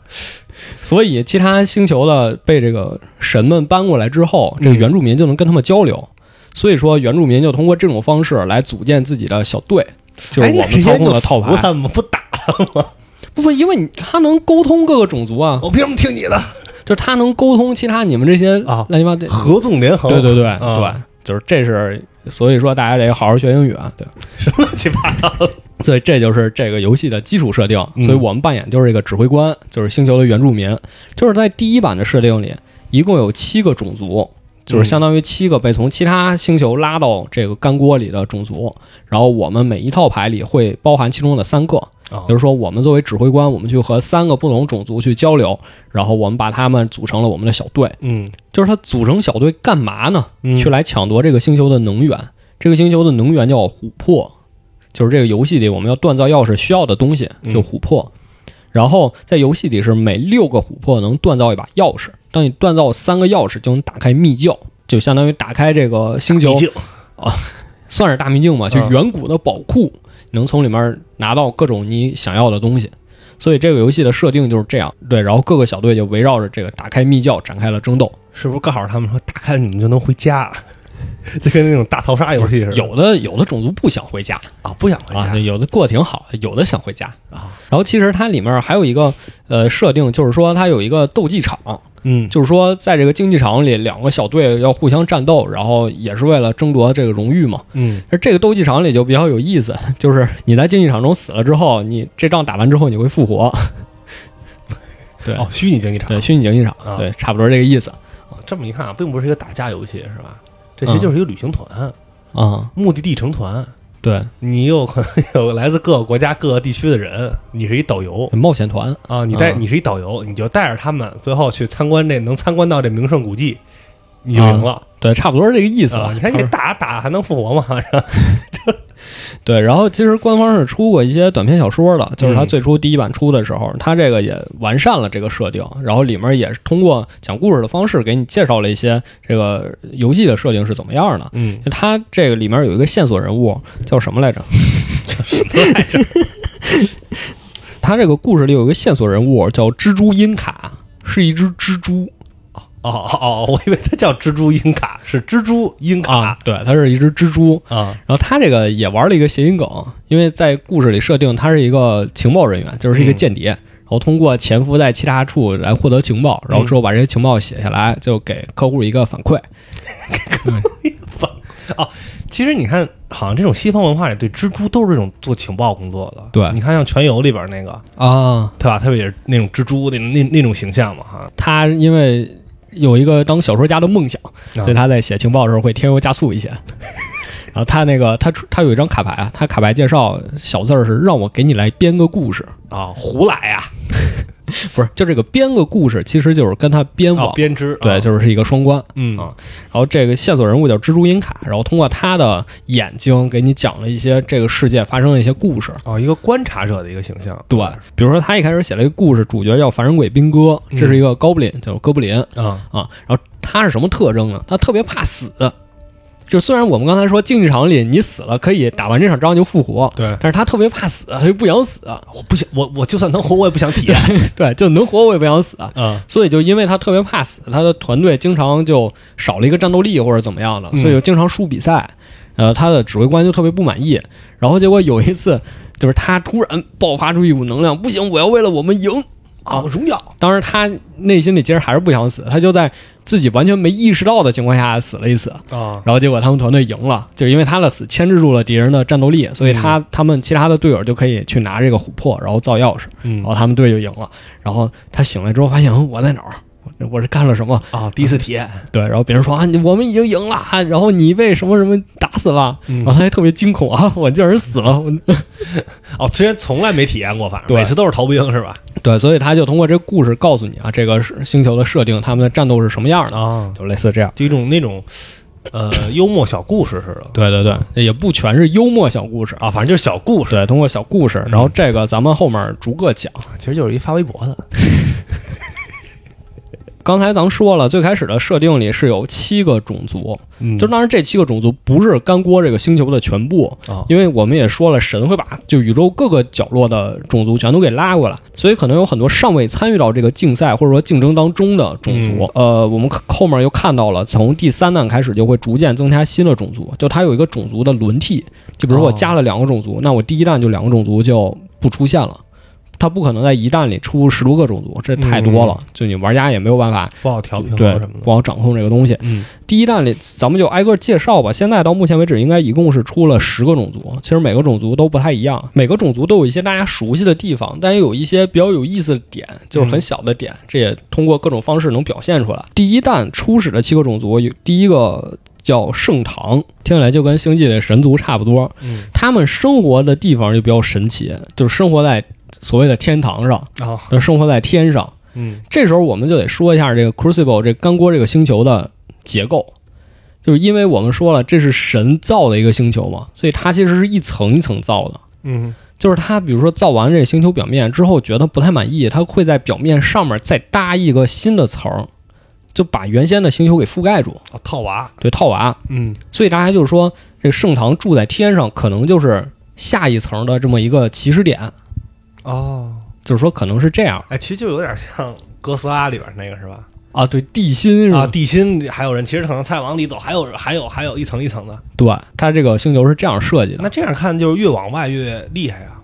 [SPEAKER 1] 所以其他星球的被这个神们搬过来之后，这个
[SPEAKER 2] 嗯
[SPEAKER 1] 原住民就能跟他们交流。所以说，原住民就通过这种方式来组建自己的小队，就是
[SPEAKER 2] 哎
[SPEAKER 1] 我
[SPEAKER 2] 那
[SPEAKER 1] 们
[SPEAKER 2] 直
[SPEAKER 1] 操
[SPEAKER 2] 接
[SPEAKER 1] 控
[SPEAKER 2] 就
[SPEAKER 1] 了套
[SPEAKER 2] 服
[SPEAKER 1] 牌。
[SPEAKER 2] 他们不打了吗？
[SPEAKER 1] 不是，因为你他能沟通各个种族啊，
[SPEAKER 2] 我凭什么听你的？
[SPEAKER 1] 就是他能沟通其他你们这些
[SPEAKER 2] 啊
[SPEAKER 1] 乱七八糟。
[SPEAKER 2] <laughs> 合纵连横，
[SPEAKER 1] 对对对对
[SPEAKER 2] 啊，
[SPEAKER 1] 就是这是，所以说大家得好好学英语啊，对。
[SPEAKER 2] <laughs> 什么乱七八糟的？
[SPEAKER 1] <laughs> 所以这就是这个游戏的基础设定。
[SPEAKER 2] 嗯
[SPEAKER 1] 所以我们扮演就是一个指挥官，就是星球的原住民。就是在第一版的设定里，一共有七个种族，
[SPEAKER 2] 嗯
[SPEAKER 1] 就是相当于七个被从其他星球拉到这个干锅里的种族。然后我们每一套牌里会包含其中的三个，
[SPEAKER 2] 啊
[SPEAKER 1] 比如说我们作为指挥官，我们去和三个不同种族去交流，然后我们把他们组成了我们的小队。
[SPEAKER 2] 嗯，
[SPEAKER 1] 就是他组成小队干嘛呢？
[SPEAKER 2] 嗯
[SPEAKER 1] 去来抢夺这个星球的能源。这个星球的能源叫琥珀，就是这个游戏里我们要锻造钥匙需要的东西，
[SPEAKER 2] 嗯
[SPEAKER 1] 就琥珀。然后在游戏里是每六个琥珀能锻造一把钥匙，当你锻造三个钥匙，就能打开秘境，就相当于打开这个星球
[SPEAKER 2] 毕，竟
[SPEAKER 1] 算是大秘境吧，就
[SPEAKER 2] 嗯
[SPEAKER 1] 远古的宝库，能从里面拿到各种你想要的东西。所以这个游戏的设定就是这样，对。然后各个小队就围绕着这个打开秘窖展开了争斗。
[SPEAKER 2] 是不是告诉他们说打开了你们就能回家了？ <laughs> 就跟那种大逃杀游戏似的，
[SPEAKER 1] 有的有的种族不想回家，
[SPEAKER 2] 啊，不想回
[SPEAKER 1] 啊，
[SPEAKER 2] 家
[SPEAKER 1] 有的过得挺好，有的想回家
[SPEAKER 2] 啊。
[SPEAKER 1] 然后其实它里面还有一个呃设定，就是说它有一个斗技场，
[SPEAKER 2] 嗯，
[SPEAKER 1] 就是说在这个竞技场里，两个小队要互相战斗，然后也是为了争夺这个荣誉嘛。
[SPEAKER 2] 嗯，
[SPEAKER 1] 而这个斗技场里就比较有意思， <laughs> 就是你在竞技场中死了之后，你这仗打完之后你会复活。
[SPEAKER 2] 啊
[SPEAKER 1] 对
[SPEAKER 2] 哦，虚拟竞技场，
[SPEAKER 1] 对，虚拟竞技场
[SPEAKER 2] 啊，
[SPEAKER 1] 对，差不多这个意思
[SPEAKER 2] 哦这么一看啊，并不是一个打架游戏，是吧？这其实就是一个旅行团，
[SPEAKER 1] 啊、
[SPEAKER 2] 目的地成团。
[SPEAKER 1] 对，
[SPEAKER 2] 你有可能有来自各个国家、各个地区的人，你是一导游
[SPEAKER 1] 冒险团，
[SPEAKER 2] 啊，你带
[SPEAKER 1] 嗯
[SPEAKER 2] 你是一导游，你就带着他们，最后去参观这能参观到这名胜古迹，你就赢了。
[SPEAKER 1] 对，差不多是这个意思吧
[SPEAKER 2] 啊，。你看你打打还能复活吗？
[SPEAKER 1] 对，然后其实官方是出过一些短篇小说的，就是它
[SPEAKER 2] 嗯
[SPEAKER 1] 最初第一版出的时候，它这个也完善了这个设定，然后里面也是通过讲故事的方式给你介绍了一些这个游戏的设定是怎么样的。
[SPEAKER 2] 嗯，
[SPEAKER 1] 它这个里面有一个线索人物叫什么来着？ <laughs> 它这个故事里有一个线索人物叫蜘蛛音卡，是一只蜘蛛
[SPEAKER 2] <laughs> 哦哦哦，我以为它叫蜘蛛音卡，是蜘蛛音卡
[SPEAKER 1] 啊，对，它是一只蜘蛛。
[SPEAKER 2] 啊
[SPEAKER 1] 然后他这个也玩了一个谐音梗，因为在故事里设定他是一个情报人员，就是一
[SPEAKER 2] 嗯
[SPEAKER 1] 个间谍，然后通过潜伏在其他处来获得情报，然后之后把这些情报写下来，就给客户一个反馈。
[SPEAKER 2] 其实你看，好像这种西方文化里对蜘蛛都是这种做情报工作的。
[SPEAKER 1] 对
[SPEAKER 2] 你看像《全游》里边那个，
[SPEAKER 1] 啊，
[SPEAKER 2] 对吧？它不也是那种蜘蛛那那那种形象嘛？哈，
[SPEAKER 1] 他因为有一个当小说家的梦想，所以他在写情报的时候会添油加
[SPEAKER 2] <laughs>
[SPEAKER 1] 醋一些。然后他那个他出他有一张卡牌啊，他卡牌介绍小字儿是让我给你来编个故事，
[SPEAKER 2] 啊，胡来呀、
[SPEAKER 1] 不是就这个编个故事，其实就是跟他编
[SPEAKER 2] 啊，
[SPEAKER 1] 网，
[SPEAKER 2] 哦，编织，
[SPEAKER 1] 对，
[SPEAKER 2] 是
[SPEAKER 1] 就是一个双关。
[SPEAKER 2] 嗯
[SPEAKER 1] 啊然后这个线索人物叫蜘蛛音卡，然后通过他的眼睛给你讲了一些这个世界发生的一些故事。
[SPEAKER 2] 哦，一个观察者的一个形象，
[SPEAKER 1] 对，比如说他一开始写了一个故事，主角叫凡人鬼兵哥，这是一个高布林，叫哥布林
[SPEAKER 2] 啊，
[SPEAKER 1] 啊。然后他是什么特征呢？他特别怕死。就虽然我们刚才说竞技场里你死了可以打完这场仗就复活，
[SPEAKER 2] 对，
[SPEAKER 1] 但是他特别怕死，他就不想死。
[SPEAKER 2] 我不想，我我就算能活，我也不想体验
[SPEAKER 1] 对，就能活我也不想死。
[SPEAKER 2] <laughs> 啊，
[SPEAKER 1] 所以就因为他特别怕死，他的团队经常就少了一个战斗力或者怎么样的，
[SPEAKER 2] 嗯
[SPEAKER 1] 所以就经常输比赛。呃，他的指挥官就特别不满意。然后结果有一次，就是他突然爆发出一股能量，不行，我要为了我们赢。
[SPEAKER 2] 啊，荣耀，
[SPEAKER 1] 当时他内心里其实还是不想死，他就在自己完全没意识到的情况下死了一次。
[SPEAKER 2] 啊，
[SPEAKER 1] 然后结果他们团队赢了，就是因为他的死牵制住了敌人的战斗力，所以他、他们其他的队友就可以去拿这个琥珀，然后造钥匙。
[SPEAKER 2] 嗯
[SPEAKER 1] 然后他们队就赢了。然后他醒来之后发现，嗯我在哪儿？我我是干了什么？
[SPEAKER 2] 啊，第一次体验，
[SPEAKER 1] 对，然后别人说啊，你我们已经赢了，啊然后你被什么什么打死了，
[SPEAKER 2] 嗯
[SPEAKER 1] 然后他还特别惊恐啊，我竟然死了。 <laughs> 我
[SPEAKER 2] 哦，之前从来没体验过，反正
[SPEAKER 1] 对
[SPEAKER 2] 每次都是逃兵是吧？
[SPEAKER 1] 对，所以他就通过这个故事告诉你啊，这个是星球的设定，他们的战斗是什么样的，
[SPEAKER 2] 啊，
[SPEAKER 1] 就类似这样。
[SPEAKER 2] 就一种那种，呃，幽默小故事似的
[SPEAKER 1] 对对对，也不全是幽默小故事啊。
[SPEAKER 2] 啊，反正就是小故事，
[SPEAKER 1] 对，通过小故事，然后这个咱们后面逐个讲。
[SPEAKER 2] 其实就是一发微博的
[SPEAKER 1] 刚才咱们说了，最开始的设定里是有七个种族，
[SPEAKER 2] 嗯，
[SPEAKER 1] 就当然这七个种族不是干锅这个星球的全部
[SPEAKER 2] 啊，
[SPEAKER 1] 因为我们也说了，神会把就宇宙各个角落的种族全都给拉过来，所以可能有很多尚未参与到这个竞赛或者说竞争当中的种族。
[SPEAKER 2] 嗯
[SPEAKER 1] 呃，我们可后面又看到了，从第三弹开始就会逐渐增加新的种族，就它有一个种族的轮替，就比如说我
[SPEAKER 2] 哦
[SPEAKER 1] 加了两个种族，那我第一弹就两个种族就不出现了。它不可能在一弹里出十多个种族，这太多了，就你玩家也没有办法
[SPEAKER 2] 不好嗯调平
[SPEAKER 1] 对
[SPEAKER 2] 衡什么的，
[SPEAKER 1] 不好掌控这个东西。
[SPEAKER 2] 嗯
[SPEAKER 1] 第一弹里，咱们就挨个介绍吧。现在到目前为止，应该一共是出了十个种族。其实每个种族都不太一样，每个种族都有一些大家熟悉的地方，但也有一些比较有意思的点，就是很小的点，这也通过各种方式能表现出来。第一弹初始的七个种族，有第一个叫盛唐，听起来就跟星际的神族差不多。
[SPEAKER 2] 嗯
[SPEAKER 1] 他们生活的地方就比较神奇，就是生活在所谓的天堂上，
[SPEAKER 2] 啊
[SPEAKER 1] 就生活在天上。
[SPEAKER 2] 嗯
[SPEAKER 1] 这时候我们就得说一下这个 Crucible 这干锅这个星球的结构，就是因为我们说了这是神造的一个星球嘛，所以它其实是一层一层造的。
[SPEAKER 2] 嗯
[SPEAKER 1] 就是它，比如说造完这个星球表面之后，觉得不太满意，它会在表面上面再搭一个新的层，就把原先的星球给覆盖住，
[SPEAKER 2] 啊套娃，
[SPEAKER 1] 对，套娃。
[SPEAKER 2] 嗯
[SPEAKER 1] 所以大家就是说，这个盛唐住在天上，可能就是下一层的这么一个起始点，
[SPEAKER 2] 哦，
[SPEAKER 1] 就是说可能是这样
[SPEAKER 2] 哎，其实就有点像哥斯拉里边那个是吧？
[SPEAKER 1] 啊，对，地心是吧？
[SPEAKER 2] 啊，地心还有人，其实可能再往里走还有还有还有一层一层的。
[SPEAKER 1] 对，它这个星球是这样设计的。
[SPEAKER 2] 那这样看就是越往外越厉害啊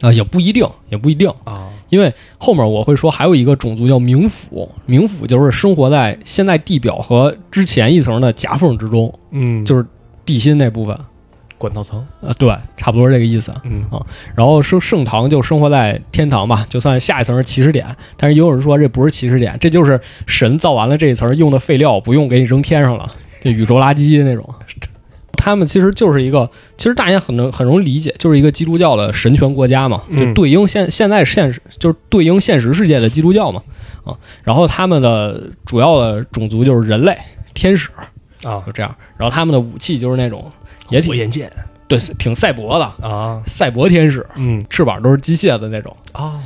[SPEAKER 1] 啊，也不一定，也不一定，
[SPEAKER 2] 啊
[SPEAKER 1] 因为后面我会说还有一个种族叫冥府，冥府就是生活在现在地表和之前一层的夹缝之中，
[SPEAKER 2] 嗯
[SPEAKER 1] 就是地心那部分。
[SPEAKER 2] 管道层，
[SPEAKER 1] 啊，对，差不多是这个意思。
[SPEAKER 2] 嗯
[SPEAKER 1] 然后生盛唐就生活在天堂吧，就算下一层是起始点，但是也有人说这不是起始点，这就是神造完了这一层用的废料，不用给你扔天上了，就宇宙垃圾那种。他们其实就是一个，其实大家很能很容易理解，就是一个基督教的神权国家嘛，
[SPEAKER 2] 嗯
[SPEAKER 1] 就对应现现在现实，就是对应现实世界的基督教嘛啊。然后他们的主要的种族就是人类、天使，
[SPEAKER 2] 啊，
[SPEAKER 1] 就这样。然后他们的武器就是那种也挺
[SPEAKER 2] 火焰剑
[SPEAKER 1] 对挺赛博的
[SPEAKER 2] 啊，
[SPEAKER 1] 赛博天使，
[SPEAKER 2] 嗯
[SPEAKER 1] 翅膀都是机械的那种。
[SPEAKER 2] 啊，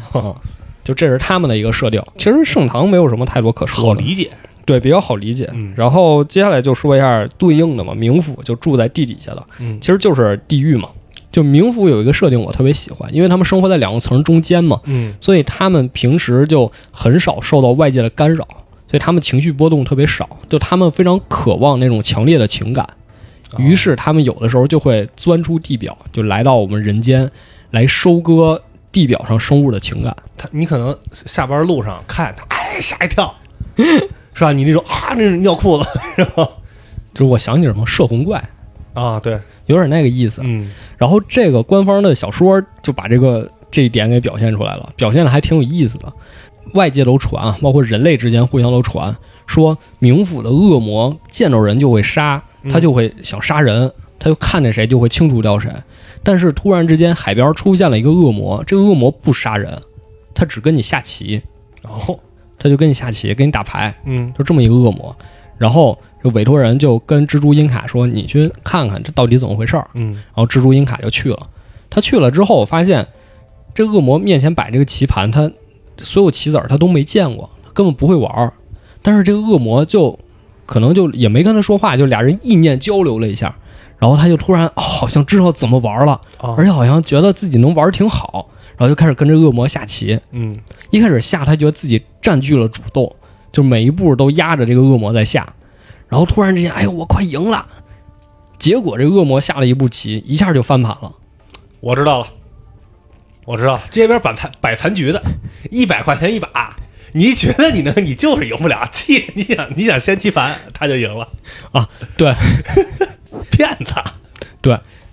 [SPEAKER 1] 就这是他们的一个设定。其实盛唐没有什么太多可
[SPEAKER 2] 好
[SPEAKER 1] 说的，
[SPEAKER 2] 理解，
[SPEAKER 1] 对，比较好理解。
[SPEAKER 2] 嗯
[SPEAKER 1] 然后接下来就说一下对应的嘛，冥府就住在地底下的，
[SPEAKER 2] 嗯
[SPEAKER 1] 其实就是地狱嘛。就冥府有一个设定我特别喜欢，因为他们生活在两个层中间嘛，
[SPEAKER 2] 嗯
[SPEAKER 1] 所以他们平时就很少受到外界的干扰，所以他们情绪波动特别少，就他们非常渴望那种强烈的情感，
[SPEAKER 2] 啊
[SPEAKER 1] 于是他们有的时候就会钻出地表，就来到我们人间，来收割地表上生物的情感。
[SPEAKER 2] 他你可能下班路上看他，哎吓一 <laughs> 跳，是吧？你那种啊，那是尿裤子，是吧？
[SPEAKER 1] 就是我想起什么摄魂怪，
[SPEAKER 2] 啊，对，
[SPEAKER 1] 有点那个意思。
[SPEAKER 2] 嗯
[SPEAKER 1] 然后这个官方的小说就把这个这一点给表现出来了，表现的还挺有意思的。外界都传啊，包括人类之间互相都传，说冥府的恶魔见到人就会杀，
[SPEAKER 2] 嗯
[SPEAKER 1] 他就会想杀人，他就看见谁就会清除掉谁。但是突然之间，海边出现了一个恶魔，这个恶魔不杀人，他只跟你下棋，
[SPEAKER 2] 哦，
[SPEAKER 1] 他就跟你下棋，跟你打牌，
[SPEAKER 2] 嗯
[SPEAKER 1] 就这么一个恶魔。然后这委托人就跟蜘蛛英卡说：“你去看看这到底怎么回事儿。”
[SPEAKER 2] 嗯
[SPEAKER 1] 然后蜘蛛英卡就去了。他去了之后，发现这恶魔面前摆这个棋盘，他所有棋子儿他都没见过，他根本不会玩儿。但是这个恶魔就可能就也没跟他说话，就俩人意念交流了一下，然后他就突然、哦好像知道怎么玩儿了，
[SPEAKER 2] 啊
[SPEAKER 1] 而且好像觉得自己能玩儿挺好，然后就开始跟这恶魔下棋。
[SPEAKER 2] 嗯
[SPEAKER 1] 一开始下，他觉得自己占据了主动，就每一步都压着这个恶魔在下，然后突然之间，哎呦，我快赢了！结果这恶魔下了一步棋，一下就翻盘了。
[SPEAKER 2] 我知道了，我知道了，街边摆残摆残局的，一百块钱一把。你觉得你能，你就是赢不了。气，你想你想先棋盘，他就赢了
[SPEAKER 1] 啊！对，
[SPEAKER 2] <laughs> 骗子。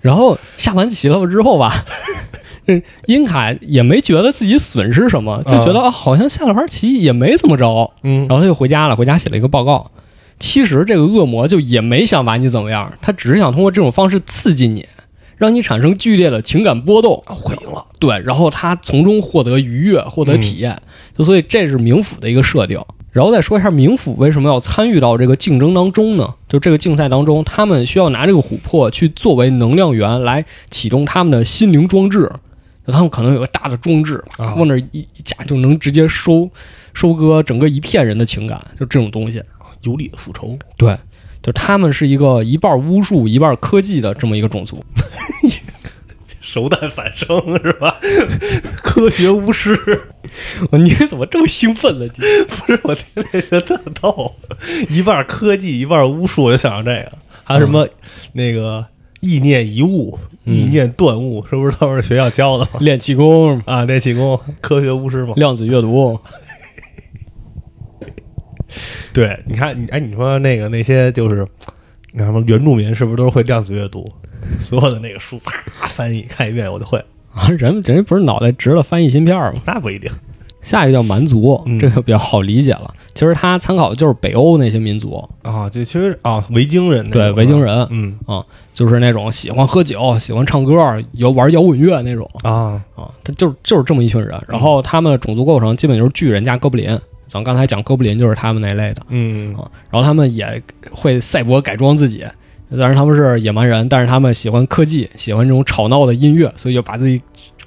[SPEAKER 1] 然后下完棋了之后吧， <laughs> 这英卡也没觉得自己损失什么，就觉得、啊好像下了盘棋也没怎么着，
[SPEAKER 2] 嗯
[SPEAKER 1] 然后他就回家了，回家写了一个报告。其实这个恶魔就也没想把你怎么样，他只是想通过这种方式刺激你，让你产生剧烈的情感波动。
[SPEAKER 2] 啊，我赢了。
[SPEAKER 1] 对，然后他从中获得愉悦，获得体验，就所以这是冥府的一个设定。然后再说一下冥府为什么要参与到这个竞争当中呢？就这个竞赛当中，他们需要拿这个琥珀去作为能量源来启动他们的心灵装置，他们可能有个大的装置，
[SPEAKER 2] 啊
[SPEAKER 1] 往那儿一一架就能直接收收割整个一片人的情感，就这种东西。
[SPEAKER 2] 有理复仇，
[SPEAKER 1] 对，就他们是一个一半巫术一半科技的这么一个种族。
[SPEAKER 2] 首弹反生是吧？ <laughs> 科学巫师
[SPEAKER 1] <laughs>
[SPEAKER 2] <laughs>
[SPEAKER 1] 你怎么这么兴奋呢？你
[SPEAKER 2] 不是我听这个特逗，一半科技一半巫术，我就想到这个，还有什
[SPEAKER 1] 嗯
[SPEAKER 2] 么、那个意念遗物、意念断物，是不是都是学校教的吗？
[SPEAKER 1] 练气功、
[SPEAKER 2] 啊，练气功，科学巫师嘛。
[SPEAKER 1] 量子阅读，
[SPEAKER 2] 对，你看，你哎，你说那个那些就是，那什么原住民是不是都是会量子阅读？所有的那个书啪翻译看一遍我就会，
[SPEAKER 1] 啊， <laughs> 人人不是脑袋直了翻译芯片吗？
[SPEAKER 2] 那不一定。
[SPEAKER 1] 下一个叫蛮族
[SPEAKER 2] 嗯，
[SPEAKER 1] 这个比较好理解了。其实它参考的就是北欧那些民族，
[SPEAKER 2] 啊，就其实啊，维京人那
[SPEAKER 1] 对
[SPEAKER 2] 种
[SPEAKER 1] 维京
[SPEAKER 2] 是吧，
[SPEAKER 1] 人，
[SPEAKER 2] 嗯
[SPEAKER 1] 就是那种喜欢喝酒、喜欢唱歌、摇玩摇滚乐那种
[SPEAKER 2] 啊，
[SPEAKER 1] 啊，他就是就是这么一群人。然后他们的种族构成基本就是巨人加哥布林，咱刚才讲哥布林就是他们那类的
[SPEAKER 2] 嗯
[SPEAKER 1] 啊。然后他们也会赛博改装自己，虽然他们是野蛮人，但是他们喜欢科技，喜欢这种吵闹的音乐，所以就把自己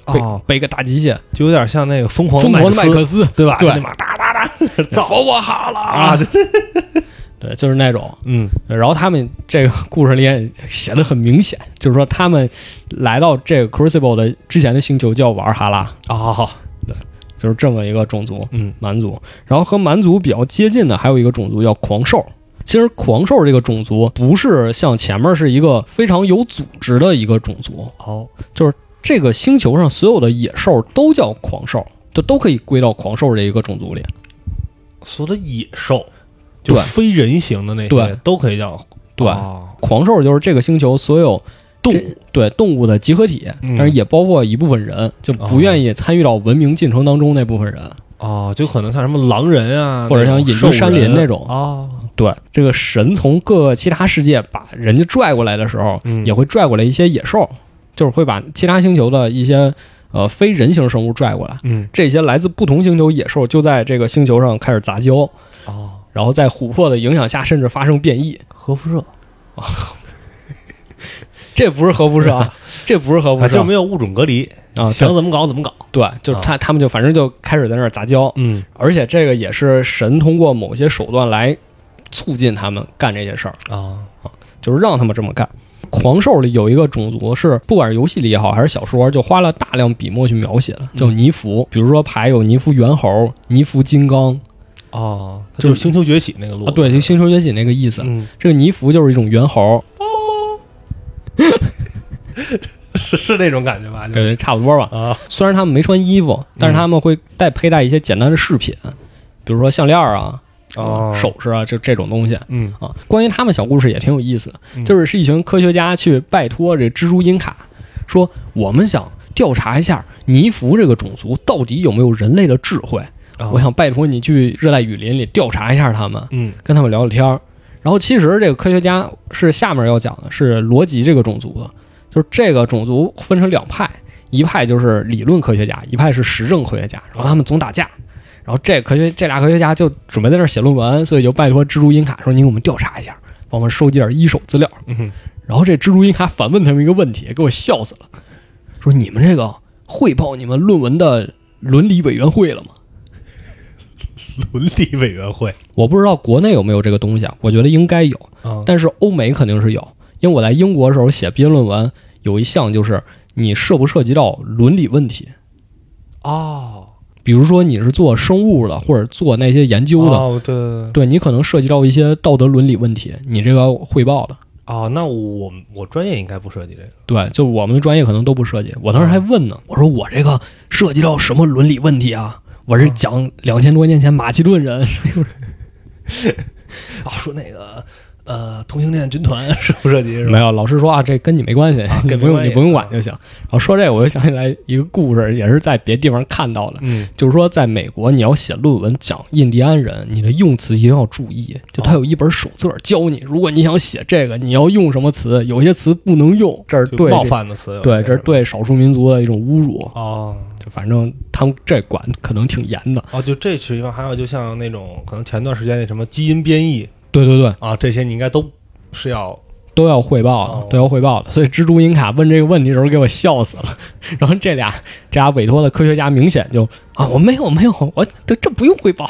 [SPEAKER 1] 背、
[SPEAKER 2] 哦，
[SPEAKER 1] 背个大机械，
[SPEAKER 2] 就有点像那个疯狂
[SPEAKER 1] 疯狂的
[SPEAKER 2] 麦
[SPEAKER 1] 麦克斯，
[SPEAKER 2] 对吧？
[SPEAKER 1] 对
[SPEAKER 2] 就那马哒哒哒 <laughs>
[SPEAKER 1] 走
[SPEAKER 2] 造
[SPEAKER 1] 我好了
[SPEAKER 2] 啊，！对
[SPEAKER 1] 对，就是那种。
[SPEAKER 2] 嗯
[SPEAKER 1] 然后他们这个故事里也写的很明显，就是说他们来到这个 Crucible 的之前的星球叫瓦尔哈拉，
[SPEAKER 2] 啊，
[SPEAKER 1] 就是这么一个种族
[SPEAKER 2] 嗯
[SPEAKER 1] 蛮族。然后和蛮族比较接近的还有一个种族叫狂兽。其实狂兽这个种族不是像前面是一个非常有组织的一个种族，
[SPEAKER 2] 好，
[SPEAKER 1] 这个星球上所有的野兽都叫狂兽，就都可以归到狂兽这一个种族里。
[SPEAKER 2] 所有的野兽，就
[SPEAKER 1] 对
[SPEAKER 2] 非人形的那些
[SPEAKER 1] 对
[SPEAKER 2] 都可以叫
[SPEAKER 1] 对，
[SPEAKER 2] 哦
[SPEAKER 1] 狂兽就是这个星球所有
[SPEAKER 2] 动
[SPEAKER 1] 这
[SPEAKER 2] 物
[SPEAKER 1] 对动物的集合体，
[SPEAKER 2] 嗯
[SPEAKER 1] 但是也包括一部分人，就不愿意参与到文明进程当中那部分人。
[SPEAKER 2] 哦，就可能像什么狼人 <laughs> 啊，
[SPEAKER 1] 或者像
[SPEAKER 2] 那种
[SPEAKER 1] 隐居山林
[SPEAKER 2] 兽人
[SPEAKER 1] 那种
[SPEAKER 2] 哦，
[SPEAKER 1] 对，这个神从各个其他世界把人家拽过来的时候，
[SPEAKER 2] 嗯
[SPEAKER 1] 也会拽过来一些野兽，就是会把其他星球的一些呃非人形生物拽过来。
[SPEAKER 2] 嗯
[SPEAKER 1] 这些来自不同星球野兽就在这个星球上开始杂交，
[SPEAKER 2] 哦，
[SPEAKER 1] 然后在琥珀的影响下，甚至发生变异。
[SPEAKER 2] 核辐射
[SPEAKER 1] 这不是核辐射
[SPEAKER 2] <laughs>
[SPEAKER 1] 啊，这不是核辐
[SPEAKER 2] 反
[SPEAKER 1] 射
[SPEAKER 2] 正没啊有物种隔离，
[SPEAKER 1] 啊，
[SPEAKER 2] 想怎么搞怎么搞。
[SPEAKER 1] 对，就是他他们就反正就开始在那儿杂交，
[SPEAKER 2] 嗯
[SPEAKER 1] 而且这个也是神通过某些手段来促进他们干这些事儿，
[SPEAKER 2] 啊
[SPEAKER 1] 就是让他们这么干。狂兽里有一个种族是，不管是游戏里也好，还是小说，就花了大量笔墨去描写的，叫尼福。比如说牌有尼福猿猴、尼福金刚
[SPEAKER 2] 哦，它
[SPEAKER 1] 就
[SPEAKER 2] 就是是星球崛起那个路
[SPEAKER 1] 啊，对，就《星球崛起》那个意思。
[SPEAKER 2] 嗯，
[SPEAKER 1] 这个尼福就是一种猿猴，
[SPEAKER 2] <laughs> 是是那种感觉吧？就是
[SPEAKER 1] 对，差不多吧。
[SPEAKER 2] 啊，
[SPEAKER 1] 虽然他们没穿衣服，但是他们会带佩戴一些简单的饰品，比如说项链啊、
[SPEAKER 2] 哦
[SPEAKER 1] 首饰啊，这这种东西。
[SPEAKER 2] 嗯
[SPEAKER 1] 啊，关于他们小故事也挺有意思的
[SPEAKER 2] 嗯，
[SPEAKER 1] 就是是一群科学家去拜托这蜘蛛英卡，说我们想调查一下尼福这个种族到底有没有人类的智慧，
[SPEAKER 2] 啊
[SPEAKER 1] 我想拜托你去热带雨林里调查一下他们，
[SPEAKER 2] 嗯
[SPEAKER 1] 跟他们聊聊天儿。然后其实这个科学家是下面要讲的是罗辑这个种族的，就是这个种族分成两派，一派就是理论科学家，一派是实证科学家，然后他们总打架。然后这科学这俩科学家就准备在那儿写论文，所以就拜托蜘蛛英卡说：“您给我们调查一下，帮我们收集点一手资料。
[SPEAKER 2] <laughs> 嗯”
[SPEAKER 1] 然后这蜘蛛英卡反问他们一个问题，给我笑死了，说：“你们这个汇报你们论文的伦理委员会了吗？”
[SPEAKER 2] 伦理委员会
[SPEAKER 1] 我不知道国内有没有这个东西啊，我觉得应该有。
[SPEAKER 2] 啊，
[SPEAKER 1] 但是欧美肯定是有，因为我在英国的时候写毕业论文，有一项就是你涉不涉及到伦理问题，
[SPEAKER 2] 哦，
[SPEAKER 1] 比如说你是做生物的，或者做那些研究的，
[SPEAKER 2] 哦，对对对，
[SPEAKER 1] 对你可能涉及到一些道德伦理问题，你这个汇报的，
[SPEAKER 2] 哦，那我我专业应该不涉及这个
[SPEAKER 1] 对，就我们的专业可能都不涉及。我当时还问
[SPEAKER 2] 啊
[SPEAKER 1] 呢，我说我这个涉及到什么伦理问题啊？我是讲两千多年前马其顿人，
[SPEAKER 2] 啊，说那个呃同性恋军团 <laughs> 涉不涉及是
[SPEAKER 1] <laughs>
[SPEAKER 2] 吧？
[SPEAKER 1] 没有，老师说啊，这跟你没关系，你
[SPEAKER 2] <laughs> 跟
[SPEAKER 1] 不用
[SPEAKER 2] 没关
[SPEAKER 1] 你
[SPEAKER 2] 系啊
[SPEAKER 1] 不用管就行。然后说这个我就想起来一个故事，也是在别地方看到的，
[SPEAKER 2] 嗯
[SPEAKER 1] 就是说，在美国，你要写论文讲印第安人，你的用词一定要注意。就他有一本手册教你，如果你想写这个，你要用什么词，有些词不能用，这是
[SPEAKER 2] 就
[SPEAKER 1] 对
[SPEAKER 2] 冒犯的词有
[SPEAKER 1] 对，
[SPEAKER 2] 些
[SPEAKER 1] 这是
[SPEAKER 2] 吧
[SPEAKER 1] 对少数民族的一种侮辱。
[SPEAKER 2] 哦
[SPEAKER 1] 就反正他们这管可能挺严的。
[SPEAKER 2] 哦，就这实际上还有就像那种可能前段时间那什么基因编译
[SPEAKER 1] 对对对，
[SPEAKER 2] 啊，这些你应该都是要
[SPEAKER 1] 都要汇报的
[SPEAKER 2] 哦，
[SPEAKER 1] 都要汇报的。所以蜘蛛银卡问这个问题的时候给我笑死了。 <laughs> 然后这俩这俩委托的科学家明显就啊，我没有没有，我这这不用汇 <laughs> 报，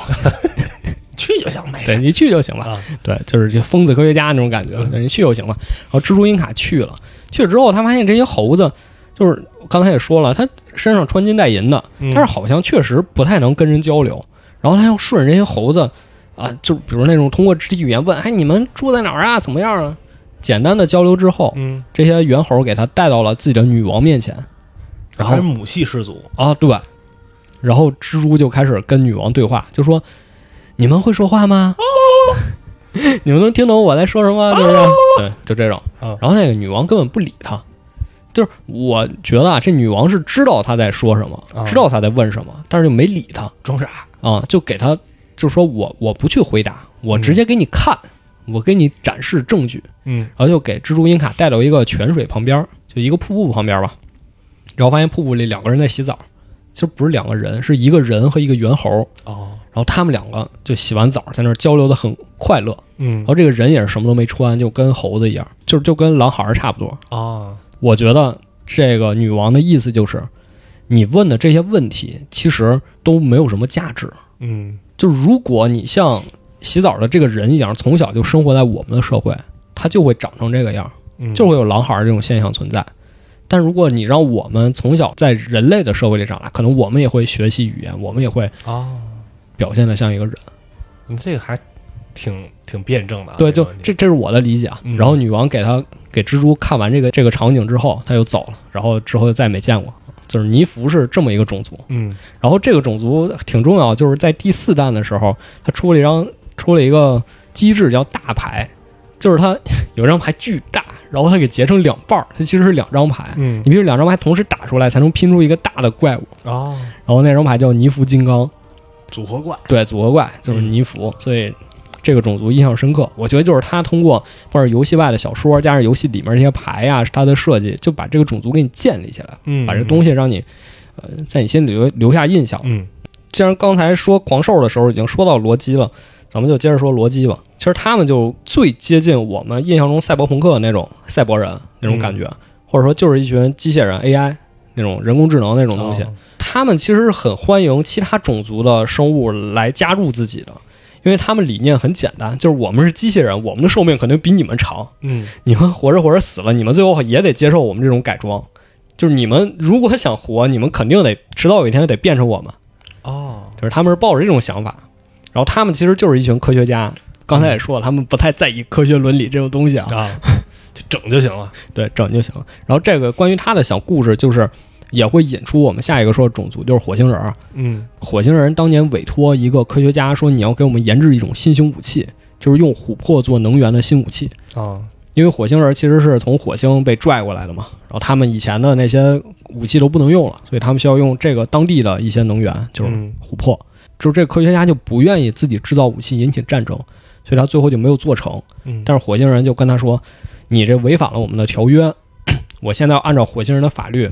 [SPEAKER 2] 去就行呗。
[SPEAKER 1] 对你去就行了。
[SPEAKER 2] 啊，
[SPEAKER 1] 对，就是就疯子科学家那种感觉，人去就行了。然后蜘蛛银卡去了，去了之后，他发现这些猴子，就是刚才也说了，他身上穿金戴银的，
[SPEAKER 2] 嗯
[SPEAKER 1] 但是好像确实不太能跟人交流。然后他又顺着这些猴子啊，就比如那种通过肢体语言问，哎，你们住在哪儿啊？怎么样啊？简单的交流之后，
[SPEAKER 2] 嗯，
[SPEAKER 1] 这些猿猴给他带到了自己的女王面前然后
[SPEAKER 2] 还是母系氏族，
[SPEAKER 1] 啊，对。然后蜘蛛就开始跟女王对话，就说：“你们会说话吗？ <laughs> 你们能听懂我在说什么？就是、 <laughs> 对，就这种。
[SPEAKER 2] 啊
[SPEAKER 1] 然后那个女王根本不理他，就是我觉得啊，这女王是知道他在说什么，
[SPEAKER 2] 啊
[SPEAKER 1] 知道他在问什么，但是就没理他
[SPEAKER 2] 装傻。
[SPEAKER 1] 啊，就给他就说我我不去回答，我
[SPEAKER 2] 嗯
[SPEAKER 1] 直接给你看，我给你展示证据。
[SPEAKER 2] 嗯
[SPEAKER 1] 然后就给蜘蛛银卡带到一个泉水旁边儿，就一个瀑布旁边儿吧。然后发现瀑布里两个人在洗澡，其实不是两个人，是一个人和一个猿猴。
[SPEAKER 2] 哦，
[SPEAKER 1] 然后他们两个就洗完澡，在那儿交流的很快乐。
[SPEAKER 2] 嗯
[SPEAKER 1] 然后这个人也是什么都没穿，就跟猴子一样，就是就跟狼孩儿差不多。
[SPEAKER 2] 哦，
[SPEAKER 1] 我觉得这个女王的意思就是，你问的这些问题其实都没有什么价值。
[SPEAKER 2] 嗯
[SPEAKER 1] 就如果你像洗澡的这个人一样，从小就生活在我们的社会，他就会长成这个样儿。
[SPEAKER 2] 嗯，
[SPEAKER 1] 就会有狼孩儿这种现象存在。但如果你让我们从小在人类的社会里长大，可能我们也会学习语言，我们也会
[SPEAKER 2] 哦，
[SPEAKER 1] 表现得像一个人。
[SPEAKER 2] 啊你这个还挺挺辩证的啊。
[SPEAKER 1] 对，
[SPEAKER 2] 这
[SPEAKER 1] 就
[SPEAKER 2] 个问题
[SPEAKER 1] 这，这是我的理解啊。
[SPEAKER 2] 嗯
[SPEAKER 1] 然后女王给他给蜘蛛看完这个这个场景之后，他就走了，然后之后就再没见过。就是尼福是这么一个种族，
[SPEAKER 2] 嗯
[SPEAKER 1] 然后这个种族挺重要，就是在第四弹的时候，他出了一张出了一个机制叫大牌，就是他 <laughs> 有一张牌巨大，然后他给截成两半儿，它其实是两张牌。
[SPEAKER 2] 嗯
[SPEAKER 1] 你必须两张牌同时打出来，才能拼出一个大的怪物。
[SPEAKER 2] 哦，
[SPEAKER 1] 然后那张牌叫尼福金刚，
[SPEAKER 2] 组合怪。
[SPEAKER 1] 对，组合怪就是尼福，所以这个种族印象深刻。我觉得就是他通过或者游戏外的小说，加上游戏里面那些牌呀、它的设计，就把这个种族给你建立起来，
[SPEAKER 2] 嗯，
[SPEAKER 1] 把这东西让你呃在你心里留留下印象。
[SPEAKER 2] 嗯，
[SPEAKER 1] 既然刚才说狂兽的时候已经说到罗基了，咱们就接着说罗基吧。其实他们就最接近我们印象中赛博朋克那种赛博人那种感觉，或者说就是一群机械人 AI 那种人工智能那种东西。
[SPEAKER 2] 哦
[SPEAKER 1] 他们其实是很欢迎其他种族的生物来加入自己的，因为他们理念很简单，就是我们是机器人，我们的寿命肯定比你们长。
[SPEAKER 2] 嗯
[SPEAKER 1] 你们活着活着死了，你们最后也得接受我们这种改装。就是你们如果想活，你们肯定得迟早有一天得变成我们。
[SPEAKER 2] 哦，
[SPEAKER 1] 就是他们是抱着这种想法，然后他们其实就是一群科学家。刚才也说了，他们不太在意科学伦理这种东西啊，
[SPEAKER 2] 啊， <laughs> 就整就行了。
[SPEAKER 1] 对，整就行了。然后这个关于他的小故事，就是也会引出我们下一个说的种族，就是火星人儿。
[SPEAKER 2] 嗯
[SPEAKER 1] 火星人当年委托一个科学家说，你要给我们研制一种新型武器，就是用琥珀做能源的新武器。
[SPEAKER 2] 哦，
[SPEAKER 1] 因为火星人其实是从火星被拽过来的嘛，然后他们以前的那些武器都不能用了，所以他们需要用这个当地的一些能源，就是
[SPEAKER 2] 嗯
[SPEAKER 1] 琥珀。就是这科学家就不愿意自己制造武器引起战争，所以他最后就没有做成。
[SPEAKER 2] 嗯，
[SPEAKER 1] 但是火星人就跟他说：“你这违反了我们的条约， <clears throat> 我现在要按照火星人的法律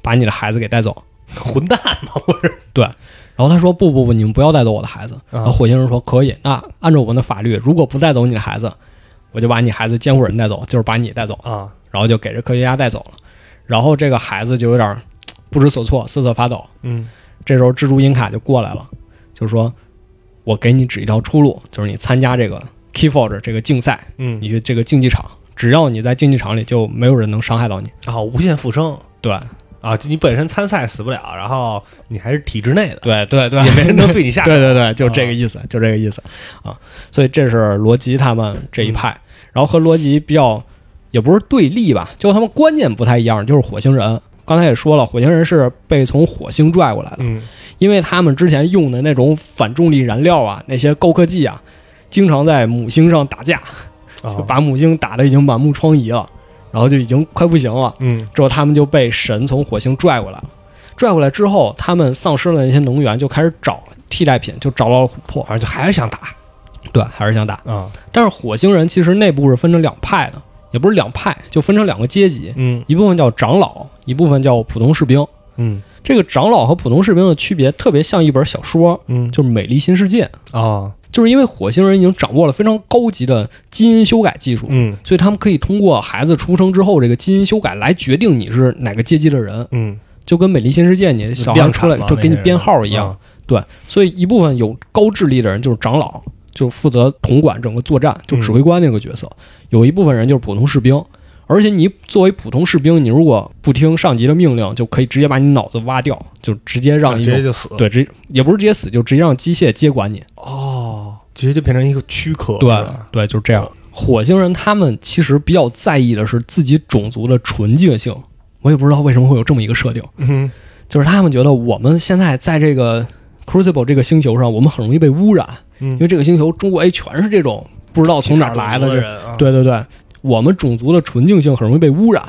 [SPEAKER 1] 把你的孩子给带走。
[SPEAKER 2] 混蛋嘛，不是？”
[SPEAKER 1] 然后他说：“不不不，你们不要带走我的孩子。”然
[SPEAKER 2] 啊
[SPEAKER 1] 后火星人说：“可以，那按照我们的法律，如果不带走你的孩子，我就把你孩子监护人带走，就是把你带走。”
[SPEAKER 2] 啊，
[SPEAKER 1] 然后就给这科学家带走了。然后这个孩子就有点儿不知所措，瑟瑟发抖。
[SPEAKER 2] 嗯
[SPEAKER 1] 这时候蜘蛛银卡就过来了，就说：“我给你指一条出路，就是你参加这个 Keyforge 这个竞赛，
[SPEAKER 2] 嗯
[SPEAKER 1] 你，去这个竞技场，只要你在竞技场里，就没有人能伤害到你。
[SPEAKER 2] 啊，无限复生
[SPEAKER 1] 对”
[SPEAKER 2] 啊，就你本身参赛死不了，然后你还是体制内的，
[SPEAKER 1] 对对对嗯
[SPEAKER 2] 也
[SPEAKER 1] <laughs>
[SPEAKER 2] 没人能对你下手。
[SPEAKER 1] 对对对，就这个意思，就这个意思啊。所以这是罗辑他们这一派，然后和罗辑比较也不是对立吧，就他们观念不太一样，就是火星人。刚才也说了，火星人是被从火星拽过来的，
[SPEAKER 2] 嗯
[SPEAKER 1] 因为他们之前用的那种反重力燃料啊，那些高科技啊，经常在母星上打架，
[SPEAKER 2] 啊
[SPEAKER 1] 就把母星打得已经满目疮痍了，然后就已经快不行了。
[SPEAKER 2] 嗯
[SPEAKER 1] 之后他们就被神从火星拽过来了，拽过来之后，他们丧失了那些能源，就开始找替代品，就找到了琥珀。
[SPEAKER 2] 反正就还是想打
[SPEAKER 1] 对，还是想打。
[SPEAKER 2] 啊，
[SPEAKER 1] 但是火星人其实内部是分成两派的，也不是两派，就分成两个阶级，
[SPEAKER 2] 嗯
[SPEAKER 1] 一部分叫长老，一部分叫普通士兵。
[SPEAKER 2] 嗯
[SPEAKER 1] 这个长老和普通士兵的区别特别像一本小说，
[SPEAKER 2] 嗯，
[SPEAKER 1] 就是《美丽新世界》。
[SPEAKER 2] 啊
[SPEAKER 1] 就是因为火星人已经掌握了非常高级的基因修改技术，
[SPEAKER 2] 嗯
[SPEAKER 1] 所以他们可以通过孩子出生之后这个基因修改来决定你是哪个阶级的人，
[SPEAKER 2] 嗯，
[SPEAKER 1] 就跟《美丽新世界》你小孩
[SPEAKER 2] 量
[SPEAKER 1] 出
[SPEAKER 2] 产
[SPEAKER 1] 来
[SPEAKER 2] 嘛
[SPEAKER 1] 就给你编号一样。，
[SPEAKER 2] 啊嗯
[SPEAKER 1] 所以一部分有高智力的人就是长老，就是负责统管整个作战，
[SPEAKER 2] 嗯
[SPEAKER 1] 就指挥官那个角色；有一部分人就是普通士兵。而且你作为普通士兵，你如果不听上级的命令，就可以直接把你脑子挖掉，就直接
[SPEAKER 2] 那
[SPEAKER 1] 让
[SPEAKER 2] 直
[SPEAKER 1] 一
[SPEAKER 2] 接
[SPEAKER 1] 种
[SPEAKER 2] 就死。
[SPEAKER 1] 对，直接也不是直接死，就直接让机械接管你。
[SPEAKER 2] 哦，直接就变成一个躯壳。
[SPEAKER 1] 对啊
[SPEAKER 2] 是吧嗯
[SPEAKER 1] 对，就是这样。火星人他们其实比较在意的是自己种族的纯净性，我也不知道为什么会有这么一个设定，
[SPEAKER 2] 嗯
[SPEAKER 1] 就是他们觉得我们现在在这个 Crucible 这个星球上，我们很容易被污染，因
[SPEAKER 2] 嗯，
[SPEAKER 1] 为这个星球中国哎全是这种不知道从哪儿来的这，
[SPEAKER 2] 人啊，
[SPEAKER 1] 对对对，我们种族的纯净性很容易被污染，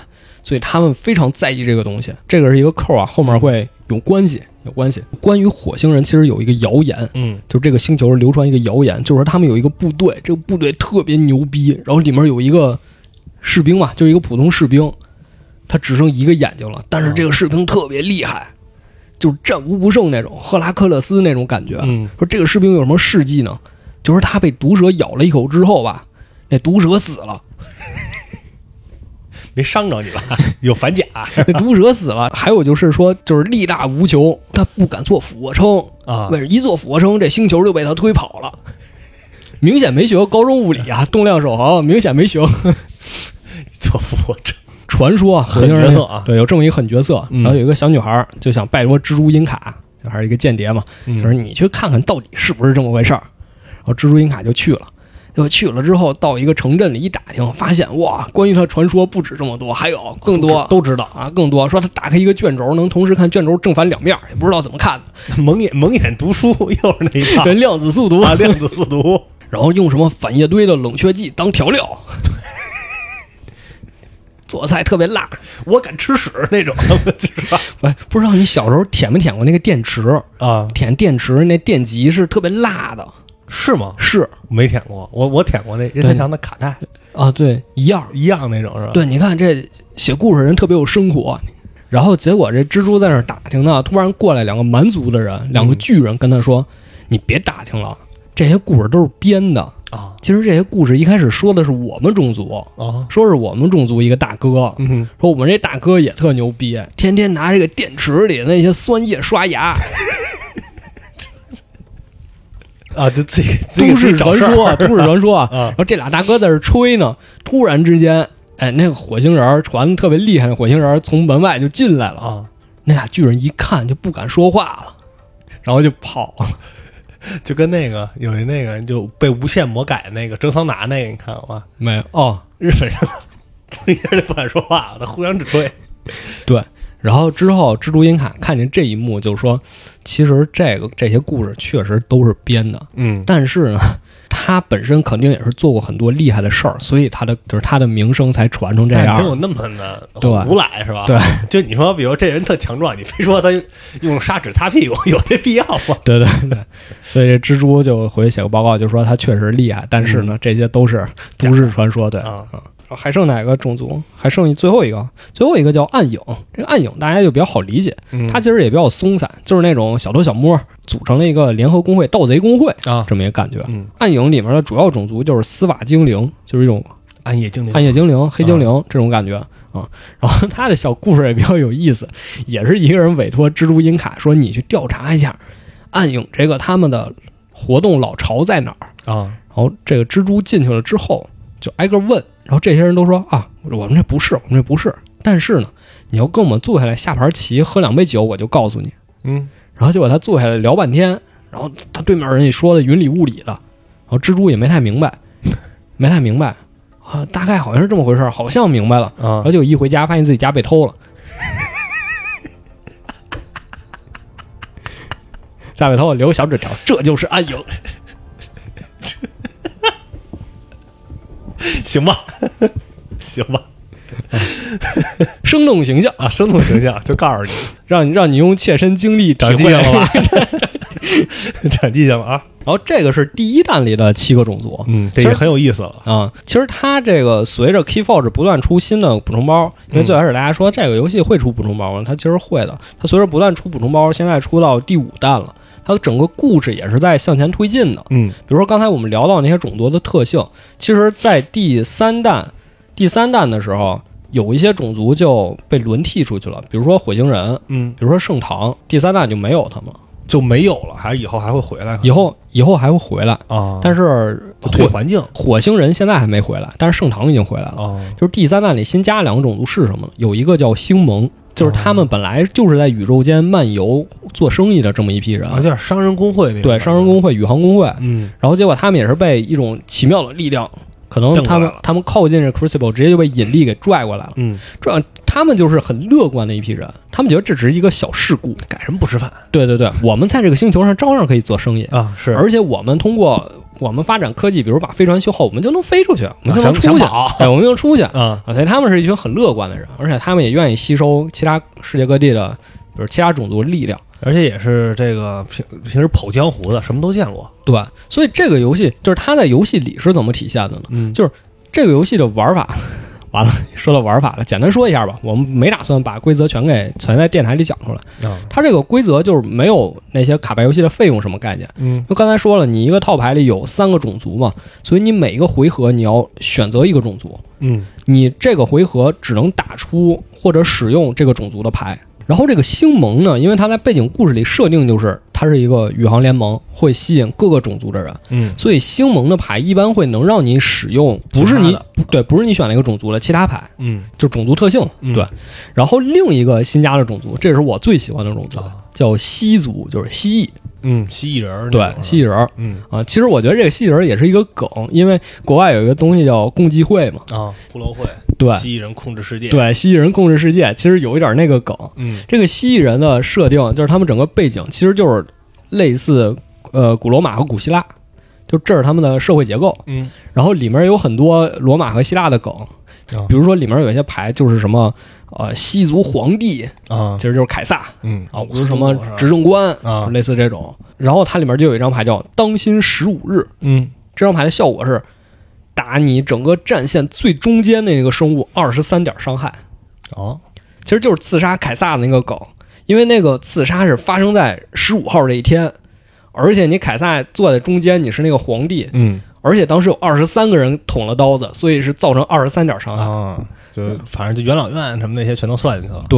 [SPEAKER 1] 所以他们非常在意这个东西。这个是一个扣啊，后面会有关系，有关系。关于火星人，其实有一个谣言，
[SPEAKER 2] 嗯
[SPEAKER 1] 就这个星球流传一个谣言，就是说他们有一个部队，这个部队特别牛逼，然后里面有一个士兵嘛，就是一个普通士兵，他只剩一个眼睛了，但是这个士兵特别厉害，就是战无不胜那种，赫拉克勒斯那种感觉。
[SPEAKER 2] 嗯
[SPEAKER 1] 说这个士兵有什么事迹呢？就是他被毒蛇咬了一口之后吧，那毒蛇死了，
[SPEAKER 2] 没伤着你
[SPEAKER 1] <laughs>
[SPEAKER 2] 吧？有反甲
[SPEAKER 1] 那毒蛇死了。还有就是说，就是力大无穷，他不敢做俯卧撑，
[SPEAKER 2] 啊
[SPEAKER 1] 为，了一做俯卧撑，这星球就被他推跑了。明显没学过高中物理啊，动量守恒，明显没学过。
[SPEAKER 2] 做俯卧撑。
[SPEAKER 1] 传说啊，火星
[SPEAKER 2] 狠
[SPEAKER 1] 人
[SPEAKER 2] 角色啊
[SPEAKER 1] 对，有这么一个狠角色。
[SPEAKER 2] 嗯
[SPEAKER 1] 然后有一个小女孩儿就想拜托蜘蛛音卡，就还是一个间谍嘛，
[SPEAKER 2] 嗯
[SPEAKER 1] 就是你去看看到底是不是这么回事儿。然后蜘蛛音卡就去了，结果去了之后到一个城镇里一打听，发现哇，关于他传说不止这么多，还有更多
[SPEAKER 2] 都知道，
[SPEAKER 1] 啊，更多。说他打开一个卷轴，能同时看卷轴正反两面儿，也不知道怎么看的。
[SPEAKER 2] 蒙眼蒙眼读书 <laughs> 又是那
[SPEAKER 1] <laughs>
[SPEAKER 2] 一套
[SPEAKER 1] 对，量子速读，
[SPEAKER 2] <laughs> 啊，量子速读。
[SPEAKER 1] 然后用什么反液堆的冷却剂当调料， <laughs> 做菜特别辣。
[SPEAKER 2] 我敢吃屎那种，就是吧
[SPEAKER 1] 不，哎不知道你小时候舔没舔过那个电池？
[SPEAKER 2] <laughs> 啊，
[SPEAKER 1] 舔电池那电极是特别辣的，
[SPEAKER 2] 是吗？
[SPEAKER 1] 是
[SPEAKER 2] 没舔过，我我舔过那任天堂的卡带，
[SPEAKER 1] 啊，对，一样。
[SPEAKER 2] 一样那种是吧？，
[SPEAKER 1] 对，你看这写故事人特别有生活。然后结果这蜘蛛在那儿打听呢，突然过来两个蛮族的人，两个巨人跟他说：“你别打听了，这些故事都是编的。
[SPEAKER 2] 啊
[SPEAKER 1] 其实这些故事一开始说的是我们种族，
[SPEAKER 2] 啊，
[SPEAKER 1] 说是我们种族一个大哥，
[SPEAKER 2] 嗯，
[SPEAKER 1] 说我们这大哥也特牛逼，天天拿这个电池里那些酸液刷牙，
[SPEAKER 2] 啊，就自己自己
[SPEAKER 1] 都市
[SPEAKER 2] 自己找
[SPEAKER 1] 传
[SPEAKER 2] 事儿
[SPEAKER 1] 说啊，都市传说啊。
[SPEAKER 2] 啊
[SPEAKER 1] 然，后这俩大哥在这吹呢，突然之间，哎，那个火星人儿传得特别厉害，那火星人儿从门外就进来了。
[SPEAKER 2] 啊，
[SPEAKER 1] 那俩巨人一看就不敢说话了，然后就跑了。
[SPEAKER 2] 就跟那个有一那个就被无限魔改那个蒸桑拿那个，你看过吗？
[SPEAKER 1] 没有哦，
[SPEAKER 2] 日本 <laughs> 人一下就不敢说话了，他互相指推。
[SPEAKER 1] 然后之后蜘蛛银卡看见这一幕，就说，其实这个这些故事确实都是编的，
[SPEAKER 2] 嗯
[SPEAKER 1] 但是呢。他本身肯定也是做过很多厉害的事儿，所以他的就是他的名声才传成这
[SPEAKER 2] 但
[SPEAKER 1] 样。
[SPEAKER 2] 没有那么的
[SPEAKER 1] 对
[SPEAKER 2] 无赖是吧？
[SPEAKER 1] 对，
[SPEAKER 2] 就你说，比如这人特强壮，你非说他用砂纸擦屁股， <laughs> 有这必要吗？
[SPEAKER 1] 对对 <laughs> 对，所以这蜘蛛就回去写个报告，就说他确实厉害，但是呢，这些都是都市传说。对，
[SPEAKER 2] 啊，
[SPEAKER 1] 还剩哪个种族？还剩一最后一个，最后一个叫暗影。这个暗影大家就比较好理解，
[SPEAKER 2] 嗯
[SPEAKER 1] 它其实也比较松散，就是那种小偷小摸组成了一个联合工会、盗贼工会
[SPEAKER 2] 啊，
[SPEAKER 1] 这么一个感觉。
[SPEAKER 2] 嗯，
[SPEAKER 1] 暗影里面的主要种族就是司法精灵，就是一种
[SPEAKER 2] 暗夜精灵，
[SPEAKER 1] 暗夜精灵、黑精灵这种感觉啊。然后他的小故事也比较有意思，也是一个人委托蜘蛛音卡说你去调查一下暗影这个他们的活动老巢在哪儿。
[SPEAKER 2] 啊，
[SPEAKER 1] 然后这个蜘蛛进去了之后，就挨个问，然后这些人都说啊，我们这不是，我们这不是。但是呢，你要跟我们坐下来下盘棋，喝两杯酒，我就告诉你。
[SPEAKER 2] 嗯
[SPEAKER 1] 然后结果他坐下来聊半天，然后他对面人也说的云里雾里的，然后蜘蛛也没太明
[SPEAKER 2] <laughs>
[SPEAKER 1] 白，没太明白啊，大概好像是这么回事儿，好像明白了。
[SPEAKER 2] 啊
[SPEAKER 1] 然后，就一回家发现自己家被偷了，家被偷了留个小纸条，这就是暗影。
[SPEAKER 2] <laughs> 行吧， <laughs> 行吧，
[SPEAKER 1] 生动形象，
[SPEAKER 2] 啊，生动形象就 <laughs> 告诉你，
[SPEAKER 1] 让你让你用切身经历体
[SPEAKER 2] 长记
[SPEAKER 1] 会。
[SPEAKER 2] 性了
[SPEAKER 1] 然 <laughs>
[SPEAKER 2] 吧？ <laughs> 长记性了啊，
[SPEAKER 1] 后这个是第一弹里的七个种族
[SPEAKER 2] 嗯，这
[SPEAKER 1] 其
[SPEAKER 2] 也
[SPEAKER 1] 实
[SPEAKER 2] 很有意思了，
[SPEAKER 1] 啊、其实它这个随着 Keyforge 不断出新的补充包，因为最嗯开始大家说这个游戏会出补充包吗？它其实会的，它随着不断出补充包，现在出到第五弹了。它的整个故事也是在向前推进的。
[SPEAKER 2] 嗯
[SPEAKER 1] 比如说刚才我们聊到那些种族的特性，其实，在第三弹第三弹的时候，有一些种族就被轮替出去了，比如说火星人，
[SPEAKER 2] 嗯，
[SPEAKER 1] 比如说圣堂，第三弹就没有他们，
[SPEAKER 2] 就没有了，还是以后还会回来？
[SPEAKER 1] 以后以后还会回来，
[SPEAKER 2] 啊，
[SPEAKER 1] 但是
[SPEAKER 2] 退
[SPEAKER 1] 火
[SPEAKER 2] 环境
[SPEAKER 1] 火星人现在还没回来，但是圣堂已经回来了。
[SPEAKER 2] 啊，
[SPEAKER 1] 就是第三弹里新加两个种族是什么呢？有一个叫星盟，就是他
[SPEAKER 2] 哦
[SPEAKER 1] 们本来就是在宇宙间漫游做生意的这么一批人，
[SPEAKER 2] 啊有点商人工会那种
[SPEAKER 1] 对
[SPEAKER 2] 感觉
[SPEAKER 1] 商人工会、宇航工会，
[SPEAKER 2] 嗯
[SPEAKER 1] 然后结果他们也是被一种奇妙的力量，可能
[SPEAKER 2] 瞪过
[SPEAKER 1] 他
[SPEAKER 2] 来
[SPEAKER 1] 们
[SPEAKER 2] 了
[SPEAKER 1] 他们靠近这 Crucible，直接就被引力给拽过来了。
[SPEAKER 2] 嗯，
[SPEAKER 1] 这他们就是很乐观的一批人，他们觉得这只是一个小事故。
[SPEAKER 2] 改什么不吃饭
[SPEAKER 1] 对对对，我们在这个星球上照样可以做生意，
[SPEAKER 2] 啊？是
[SPEAKER 1] 而且我们通过我们发展科技，比如把飞船修好，我们就能飞出去，我们就能
[SPEAKER 2] 啊想
[SPEAKER 1] 出
[SPEAKER 2] 想
[SPEAKER 1] 去，
[SPEAKER 2] 跑
[SPEAKER 1] 哎，我们就能出去。
[SPEAKER 2] 啊，
[SPEAKER 1] 啊，所以他们是一群很乐观的人，而且他们也愿意吸收其他世界各地的，比如其他种族的力量，
[SPEAKER 2] 而且也是这个平平时跑江湖的，什么都见过。
[SPEAKER 1] 对吧？所以这个游戏就是它在游戏里是怎么体现的呢？
[SPEAKER 2] 嗯
[SPEAKER 1] 这个游戏的玩法， <laughs> 完了，说到玩法了，简单说一下吧。我们没打算把规则全给全在电台里讲出来。
[SPEAKER 2] 啊，
[SPEAKER 1] 它这个规则就是没有那些卡牌游戏的费用什么概念。
[SPEAKER 2] 嗯
[SPEAKER 1] 因为刚才说了，你一个套牌里有三个种族嘛，所以你每一个回合你要选择一个种族，
[SPEAKER 2] 嗯
[SPEAKER 1] 你这个回合只能打出或者使用这个种族的牌。然后这个星盟呢，因为它在背景故事里设定就是它是一个宇航联盟，会吸引各个种族的人，
[SPEAKER 2] 嗯
[SPEAKER 1] 所以星盟的牌一般会能让你使用，不是
[SPEAKER 2] 其他
[SPEAKER 1] 你
[SPEAKER 2] 的
[SPEAKER 1] 不对，不是你选了一个种族的其他牌，
[SPEAKER 2] 嗯
[SPEAKER 1] 就种族特性
[SPEAKER 2] 嗯
[SPEAKER 1] 对。然后另一个新加的种族，这也是我最喜欢的种族
[SPEAKER 2] 啊，
[SPEAKER 1] 叫西族，就是蜥蜴，
[SPEAKER 2] 嗯，蜥蜴人儿那
[SPEAKER 1] 对
[SPEAKER 2] 种，
[SPEAKER 1] 蜥蜴人儿
[SPEAKER 2] 嗯
[SPEAKER 1] 啊。其实我觉得这个蜥蜴人儿也是一个梗，因为国外有一个东西叫共济会嘛，
[SPEAKER 2] 啊，骷髅会
[SPEAKER 1] 对
[SPEAKER 2] 蜥蜴人控制世界，
[SPEAKER 1] 对，蜥蜴人控制世界，其实有一点那个梗。
[SPEAKER 2] 嗯
[SPEAKER 1] 这个蜥蜴人的设定就是他们整个背景其实就是类似呃古罗马和古希腊，就这是他们的社会结构。
[SPEAKER 2] 嗯
[SPEAKER 1] 然后里面有很多罗马和希腊的梗
[SPEAKER 2] 啊，
[SPEAKER 1] 比如说里面有一些牌就是什么呃西族皇帝，
[SPEAKER 2] 啊
[SPEAKER 1] 其实就是凯撒
[SPEAKER 2] 嗯
[SPEAKER 1] 啊，不是什么执政官，
[SPEAKER 2] 啊
[SPEAKER 1] 就类似这种。然后它里面就有一张牌叫“当心十五日
[SPEAKER 2] 嗯”，
[SPEAKER 1] 这张牌的效果是打你整个战线最中间那个生物二十三点伤害。
[SPEAKER 2] 哦
[SPEAKER 1] 其实就是刺杀凯撒的那个梗，因为那个刺杀是发生在十五号这一天，而且你凯撒坐在中间，你是那个皇帝，
[SPEAKER 2] 嗯
[SPEAKER 1] 而且当时有二十三个人捅了刀子，所以是造成二十三点伤害。
[SPEAKER 2] 啊，就反正就元老院什么那些全都算进去了
[SPEAKER 1] 对，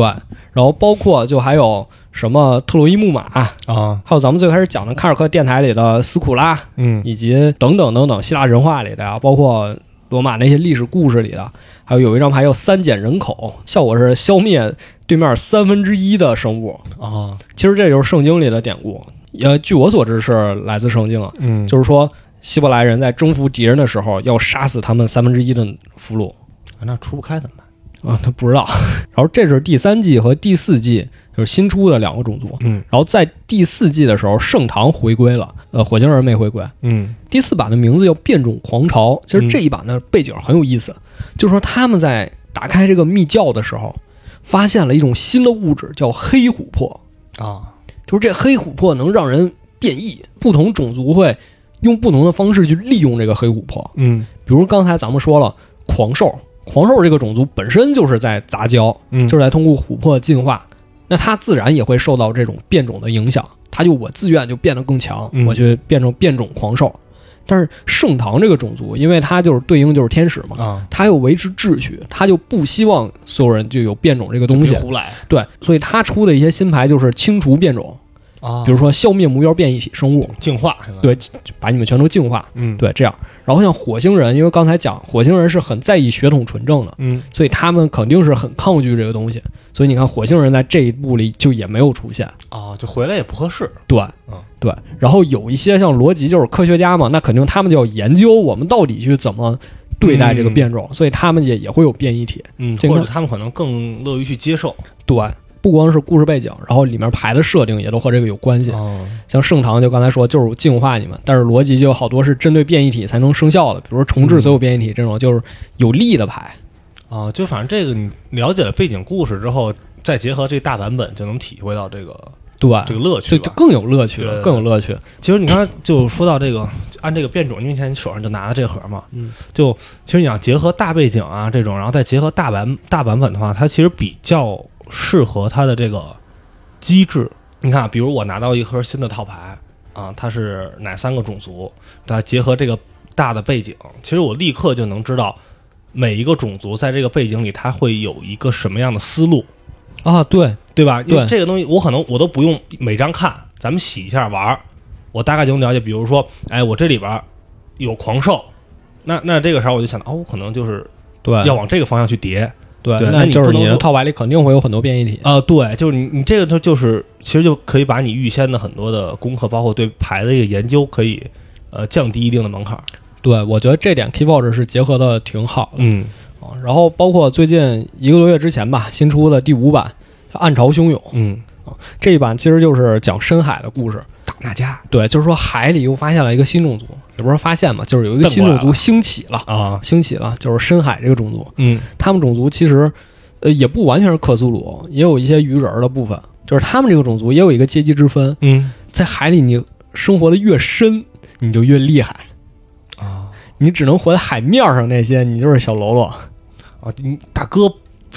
[SPEAKER 1] 然后包括就还有什么特洛伊木马，
[SPEAKER 2] 啊
[SPEAKER 1] 还有咱们最开始讲的卡尔克电台里的斯库拉，
[SPEAKER 2] 嗯
[SPEAKER 1] 以及等等等等希腊神话里的呀、包括罗马那些历史故事里的，还有有一张牌叫三减人口，效果是消灭对面三分之一的生物。
[SPEAKER 2] 啊
[SPEAKER 1] 其实这就是圣经里的典故，呃，据我所知是来自圣经啊，
[SPEAKER 2] 嗯
[SPEAKER 1] 就是说希伯来人在征服敌人的时候要杀死他们三分之一的俘虏
[SPEAKER 2] 啊那出不开怎么办？
[SPEAKER 1] 啊，他不知道。 <laughs> 然后这是第三季和第四季，就是新出的两个种族。
[SPEAKER 2] 嗯
[SPEAKER 1] 然后在第四季的时候，盛唐回归了，呃，火星人没回归。
[SPEAKER 2] 嗯
[SPEAKER 1] 第四版的名字叫《变种狂潮》，其实这一版的背景很有意思，就是说他们在打开这个密教的时候，发现了一种新的物质叫黑琥珀。
[SPEAKER 2] 啊
[SPEAKER 1] 就是这黑琥珀能让人变异，不同种族会用不同的方式去利用这个黑琥珀。
[SPEAKER 2] 嗯
[SPEAKER 1] 比如刚才咱们说了狂兽，狂兽这个种族本身就是在杂交，
[SPEAKER 2] 嗯
[SPEAKER 1] 就是在通过琥珀进化，那它自然也会受到这种变种的影响，它就我自愿就变得更强，
[SPEAKER 2] 嗯
[SPEAKER 1] 我去变成变种狂兽。但是盛唐这个种族，因为它就是对应就是天使嘛，
[SPEAKER 2] 啊
[SPEAKER 1] 它要维持秩序，它就不希望所有人就有变种这个东西
[SPEAKER 2] 别。胡来
[SPEAKER 1] 对，所以它出的一些新牌就是清除变种，
[SPEAKER 2] 啊
[SPEAKER 1] 比如说消灭目标变异体生物，
[SPEAKER 2] 净化现在
[SPEAKER 1] 对把你们全都净化，
[SPEAKER 2] 嗯
[SPEAKER 1] 对，这样。然后像火星人，因为刚才讲火星人是很在意血统纯正的，
[SPEAKER 2] 嗯
[SPEAKER 1] 所以他们肯定是很抗拒这个东西。所以你看，火星人在这一步里就也没有出现。
[SPEAKER 2] 啊就回来也不合适
[SPEAKER 1] 对
[SPEAKER 2] 嗯，
[SPEAKER 1] 对。然后有一些像罗辑，就是科学家嘛，那肯定他们就要研究我们到底去怎么对待这个变种，所以他们也也会有变异体。
[SPEAKER 2] 嗯
[SPEAKER 1] 这
[SPEAKER 2] 或
[SPEAKER 1] 个
[SPEAKER 2] 者他们可能更乐于去接受
[SPEAKER 1] 对，不光是故事背景，然后里面牌的设定也都和这个有关系。
[SPEAKER 2] 啊
[SPEAKER 1] 像盛唐就刚才说就是净化你们，但是逻辑就有好多是针对变异体才能生效的，比如说重置所
[SPEAKER 2] 嗯
[SPEAKER 1] 有变异体这种就是有利的牌。
[SPEAKER 2] 啊就反正这个你了解了背景故事之后，再结合这大版本就能体会到这个
[SPEAKER 1] 对，
[SPEAKER 2] 这个乐趣
[SPEAKER 1] 就就
[SPEAKER 2] 吧。
[SPEAKER 1] 更有乐趣
[SPEAKER 2] 对
[SPEAKER 1] 了，
[SPEAKER 2] 对
[SPEAKER 1] 更有乐趣。
[SPEAKER 2] 其实你刚才就说到这个，按这个变种，因为现在你手上就拿着这盒嘛，
[SPEAKER 1] 嗯，
[SPEAKER 2] 就其实你要结合大背景啊这种，然后再结合大版大版本的话，它其实比较适合它的这个机制你看啊，比如我拿到一盒新的套牌啊，它是哪三个种族，它结合这个大的背景，其实我立刻就能知道每一个种族在这个背景里，它会有一个什么样的思路，
[SPEAKER 1] 啊，对，
[SPEAKER 2] 对吧？因为
[SPEAKER 1] 对
[SPEAKER 2] 这个东西，我可能我都不用每张看，咱们洗一下玩儿，我大概就能了解。比如说，哎，我这里边儿有狂兽，那那这个时候我就想到，哦，我可能就是
[SPEAKER 1] 对，
[SPEAKER 2] 要往这个方向去叠。
[SPEAKER 1] 对，
[SPEAKER 2] 对那
[SPEAKER 1] 那
[SPEAKER 2] 你
[SPEAKER 1] 就是
[SPEAKER 2] 不能
[SPEAKER 1] 你的
[SPEAKER 2] 说
[SPEAKER 1] 套牌里肯定会有很多变异体。
[SPEAKER 2] 啊，对，就是你你这个就就是其实就可以把你预先的很多的功课，包括对牌的一个研究，可以呃降低一定的门槛儿。
[SPEAKER 1] 对，我觉得这点 Keyforge 是结合的挺好的
[SPEAKER 2] 嗯
[SPEAKER 1] 啊。然后包括最近一个多月之前吧，新出的第五版《暗潮汹涌》
[SPEAKER 2] 嗯，
[SPEAKER 1] 这一版，其实就是讲深海的故事。
[SPEAKER 2] 打那家
[SPEAKER 1] 对，就是说海里又发现了一个新种族，也不是发现嘛，就是有一个
[SPEAKER 2] 瞪
[SPEAKER 1] 新
[SPEAKER 2] 过来
[SPEAKER 1] 种族
[SPEAKER 2] 了
[SPEAKER 1] 兴起了，
[SPEAKER 2] 啊，
[SPEAKER 1] 兴起了，就是深海这个种族。
[SPEAKER 2] 嗯
[SPEAKER 1] 他们种族其实，呃，也不完全是克苏鲁，也有一些鱼人儿的部分。就是他们这个种族也有一个阶级之分，
[SPEAKER 2] 嗯
[SPEAKER 1] 在海里你生活的越深，你就越厉害。
[SPEAKER 2] 啊
[SPEAKER 1] 你只能活在海面上那些，你就是小喽啰。
[SPEAKER 2] 啊，你大哥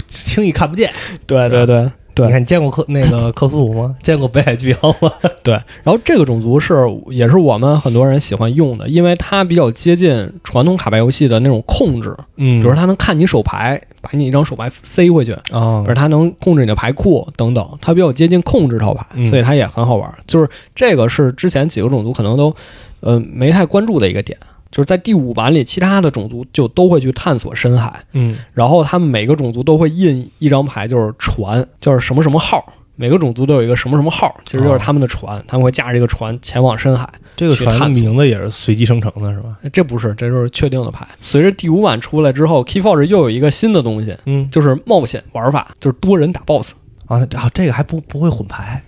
[SPEAKER 2] 轻易看不见。
[SPEAKER 1] <laughs> 对
[SPEAKER 2] 对
[SPEAKER 1] 对
[SPEAKER 2] 你看你见过克那个克苏鲁吗？见过北海巨妖吗？
[SPEAKER 1] 对。然后这个种族是也是我们很多人喜欢用的，因为它比较接近传统卡牌游戏的那种控制，
[SPEAKER 2] 嗯
[SPEAKER 1] 比如说它能看你手牌，把你一张手牌塞回去，
[SPEAKER 2] 啊
[SPEAKER 1] 而它能控制你的牌库等等，它比较接近控制套牌，
[SPEAKER 2] 嗯
[SPEAKER 1] 所以它也很好玩。就是这个是之前几个种族可能都呃没太关注的一个点，就是在第五版里，其他的种族就都会去探索深海，
[SPEAKER 2] 嗯
[SPEAKER 1] 然后他们每个种族都会印一张牌，就是船，就是什么什么号。每个种族都有一个什么什么号，其实就是他们的船，他们会驾着这个船前往深海。
[SPEAKER 2] 这个
[SPEAKER 1] 去
[SPEAKER 2] 船的
[SPEAKER 1] 探索
[SPEAKER 2] 名字也是随机生成的是吧？
[SPEAKER 1] 这不是，这就是确定的牌。随着第五版出来之后，Keyforge 又有一个新的东西，
[SPEAKER 2] 嗯
[SPEAKER 1] 就是冒险玩法，就是多人打 BOSS。
[SPEAKER 2] 啊啊，这个还不不会混牌。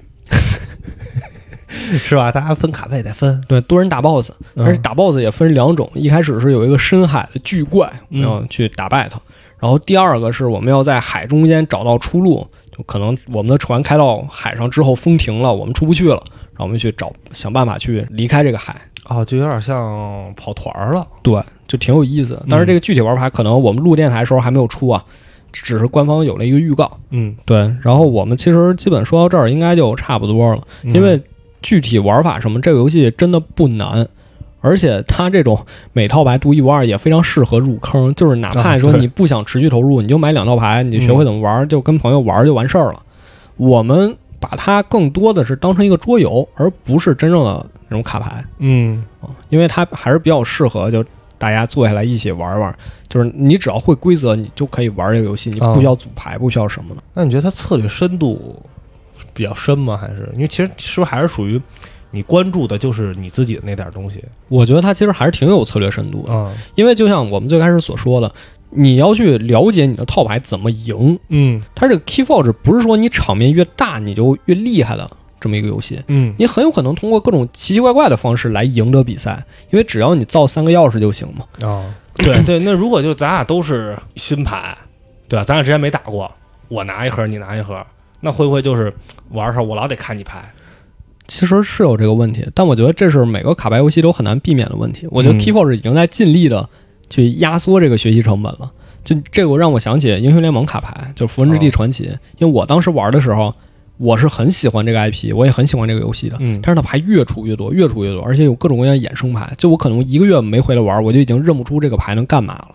[SPEAKER 2] <laughs> 是吧？大家分卡位得分，
[SPEAKER 1] 对，多人打 BOSS，
[SPEAKER 2] 嗯
[SPEAKER 1] 而且打 BOSS 也分两种，一开始是有一个深海的巨怪，我
[SPEAKER 2] 嗯
[SPEAKER 1] 们要去打败它，然后第二个是我们要在海中间找到出路，就可能我们的船开到海上之后风停了，我们出不去了，然后我们去找想办法去离开这个海，
[SPEAKER 2] 哦，就有点像跑团儿了。
[SPEAKER 1] 对，嗯就挺有意思的。但是这个具体玩法可能我们录电台的时候还没有出啊，只是官方有了一个预告。
[SPEAKER 2] 嗯，
[SPEAKER 1] 对，然后我们其实基本说到这儿应该就差不多了。
[SPEAKER 2] 嗯
[SPEAKER 1] 因为具体玩法什么，这个游戏真的不难，而且它这种每套牌独一无二，也非常适合入坑。就是哪怕
[SPEAKER 2] 啊
[SPEAKER 1] 说
[SPEAKER 2] 对
[SPEAKER 1] 你不想持续投入，你就买两套牌，你就学会怎么玩，就跟朋友玩就完事儿了。我们把它更多的是当成一个桌游，而不是真正的那种卡牌
[SPEAKER 2] 嗯
[SPEAKER 1] 啊，因为它还是比较适合就。大家坐下来一起玩玩，就是你只要会规则，你就可以玩这个游戏，你
[SPEAKER 2] 啊
[SPEAKER 1] 不需要组牌，不需要什么的。，
[SPEAKER 2] 那你觉得它策略深度比较深吗？还是因为其实是不是还是属于你关注的就是你自己的那点儿东西
[SPEAKER 1] 我觉得它其实还是挺有策略深度的。
[SPEAKER 2] 啊？
[SPEAKER 1] 因为就像我们最开始所说的，你要去了解你的套牌怎么赢。
[SPEAKER 2] 嗯
[SPEAKER 1] 它这个 Keyforge 不是说你场面越大你就越厉害的这么一个游戏，
[SPEAKER 2] 嗯
[SPEAKER 1] 你很有可能通过各种奇奇怪怪的方式来赢得比赛，因为只要你造三个钥匙就行嘛。
[SPEAKER 2] 啊，对对。那如果就咱俩都是新牌，对吧、咱俩之前没打过，我拿一盒，你拿一盒，那会不会就是玩儿的时候我老得看你牌？
[SPEAKER 1] 其实是有这个问题，但我觉得这是每个卡牌游戏都很难避免的问题。我觉得
[SPEAKER 2] 嗯
[SPEAKER 1] Keyforge 已经在尽力的去压缩这个学习成本了。就这个让我想起《英雄联盟》卡牌，就是《符文之地
[SPEAKER 2] 哦
[SPEAKER 1] 传奇》因为我当时玩的时候，我是很喜欢这个 IP，我也很喜欢这个游戏的。
[SPEAKER 2] 嗯
[SPEAKER 1] 但是它牌越出越多，越出越多，而且有各种各样的衍生牌。就我可能一个月没回来玩，我就已经认不出这个牌能干嘛了。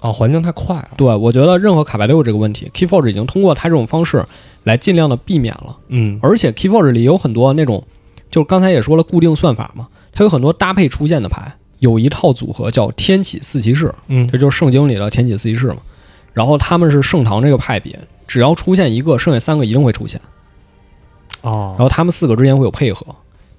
[SPEAKER 2] 啊，环境太快了。
[SPEAKER 1] 对我觉得任何卡牌都有这个问题，Keyforge 已经通过它这种方式来尽量的避免了。
[SPEAKER 2] 嗯
[SPEAKER 1] 而且 Keyforge 里有很多那种，就是刚才也说了固定算法嘛，它有很多搭配出现的牌，有一套组合叫天启四骑士，
[SPEAKER 2] 嗯
[SPEAKER 1] 这就是圣经里的天启四骑士嘛。然后他们是盛唐这个派别，只要出现一个，剩下三个一定会出现。然
[SPEAKER 2] 哦
[SPEAKER 1] 后他们四个之间会有配合，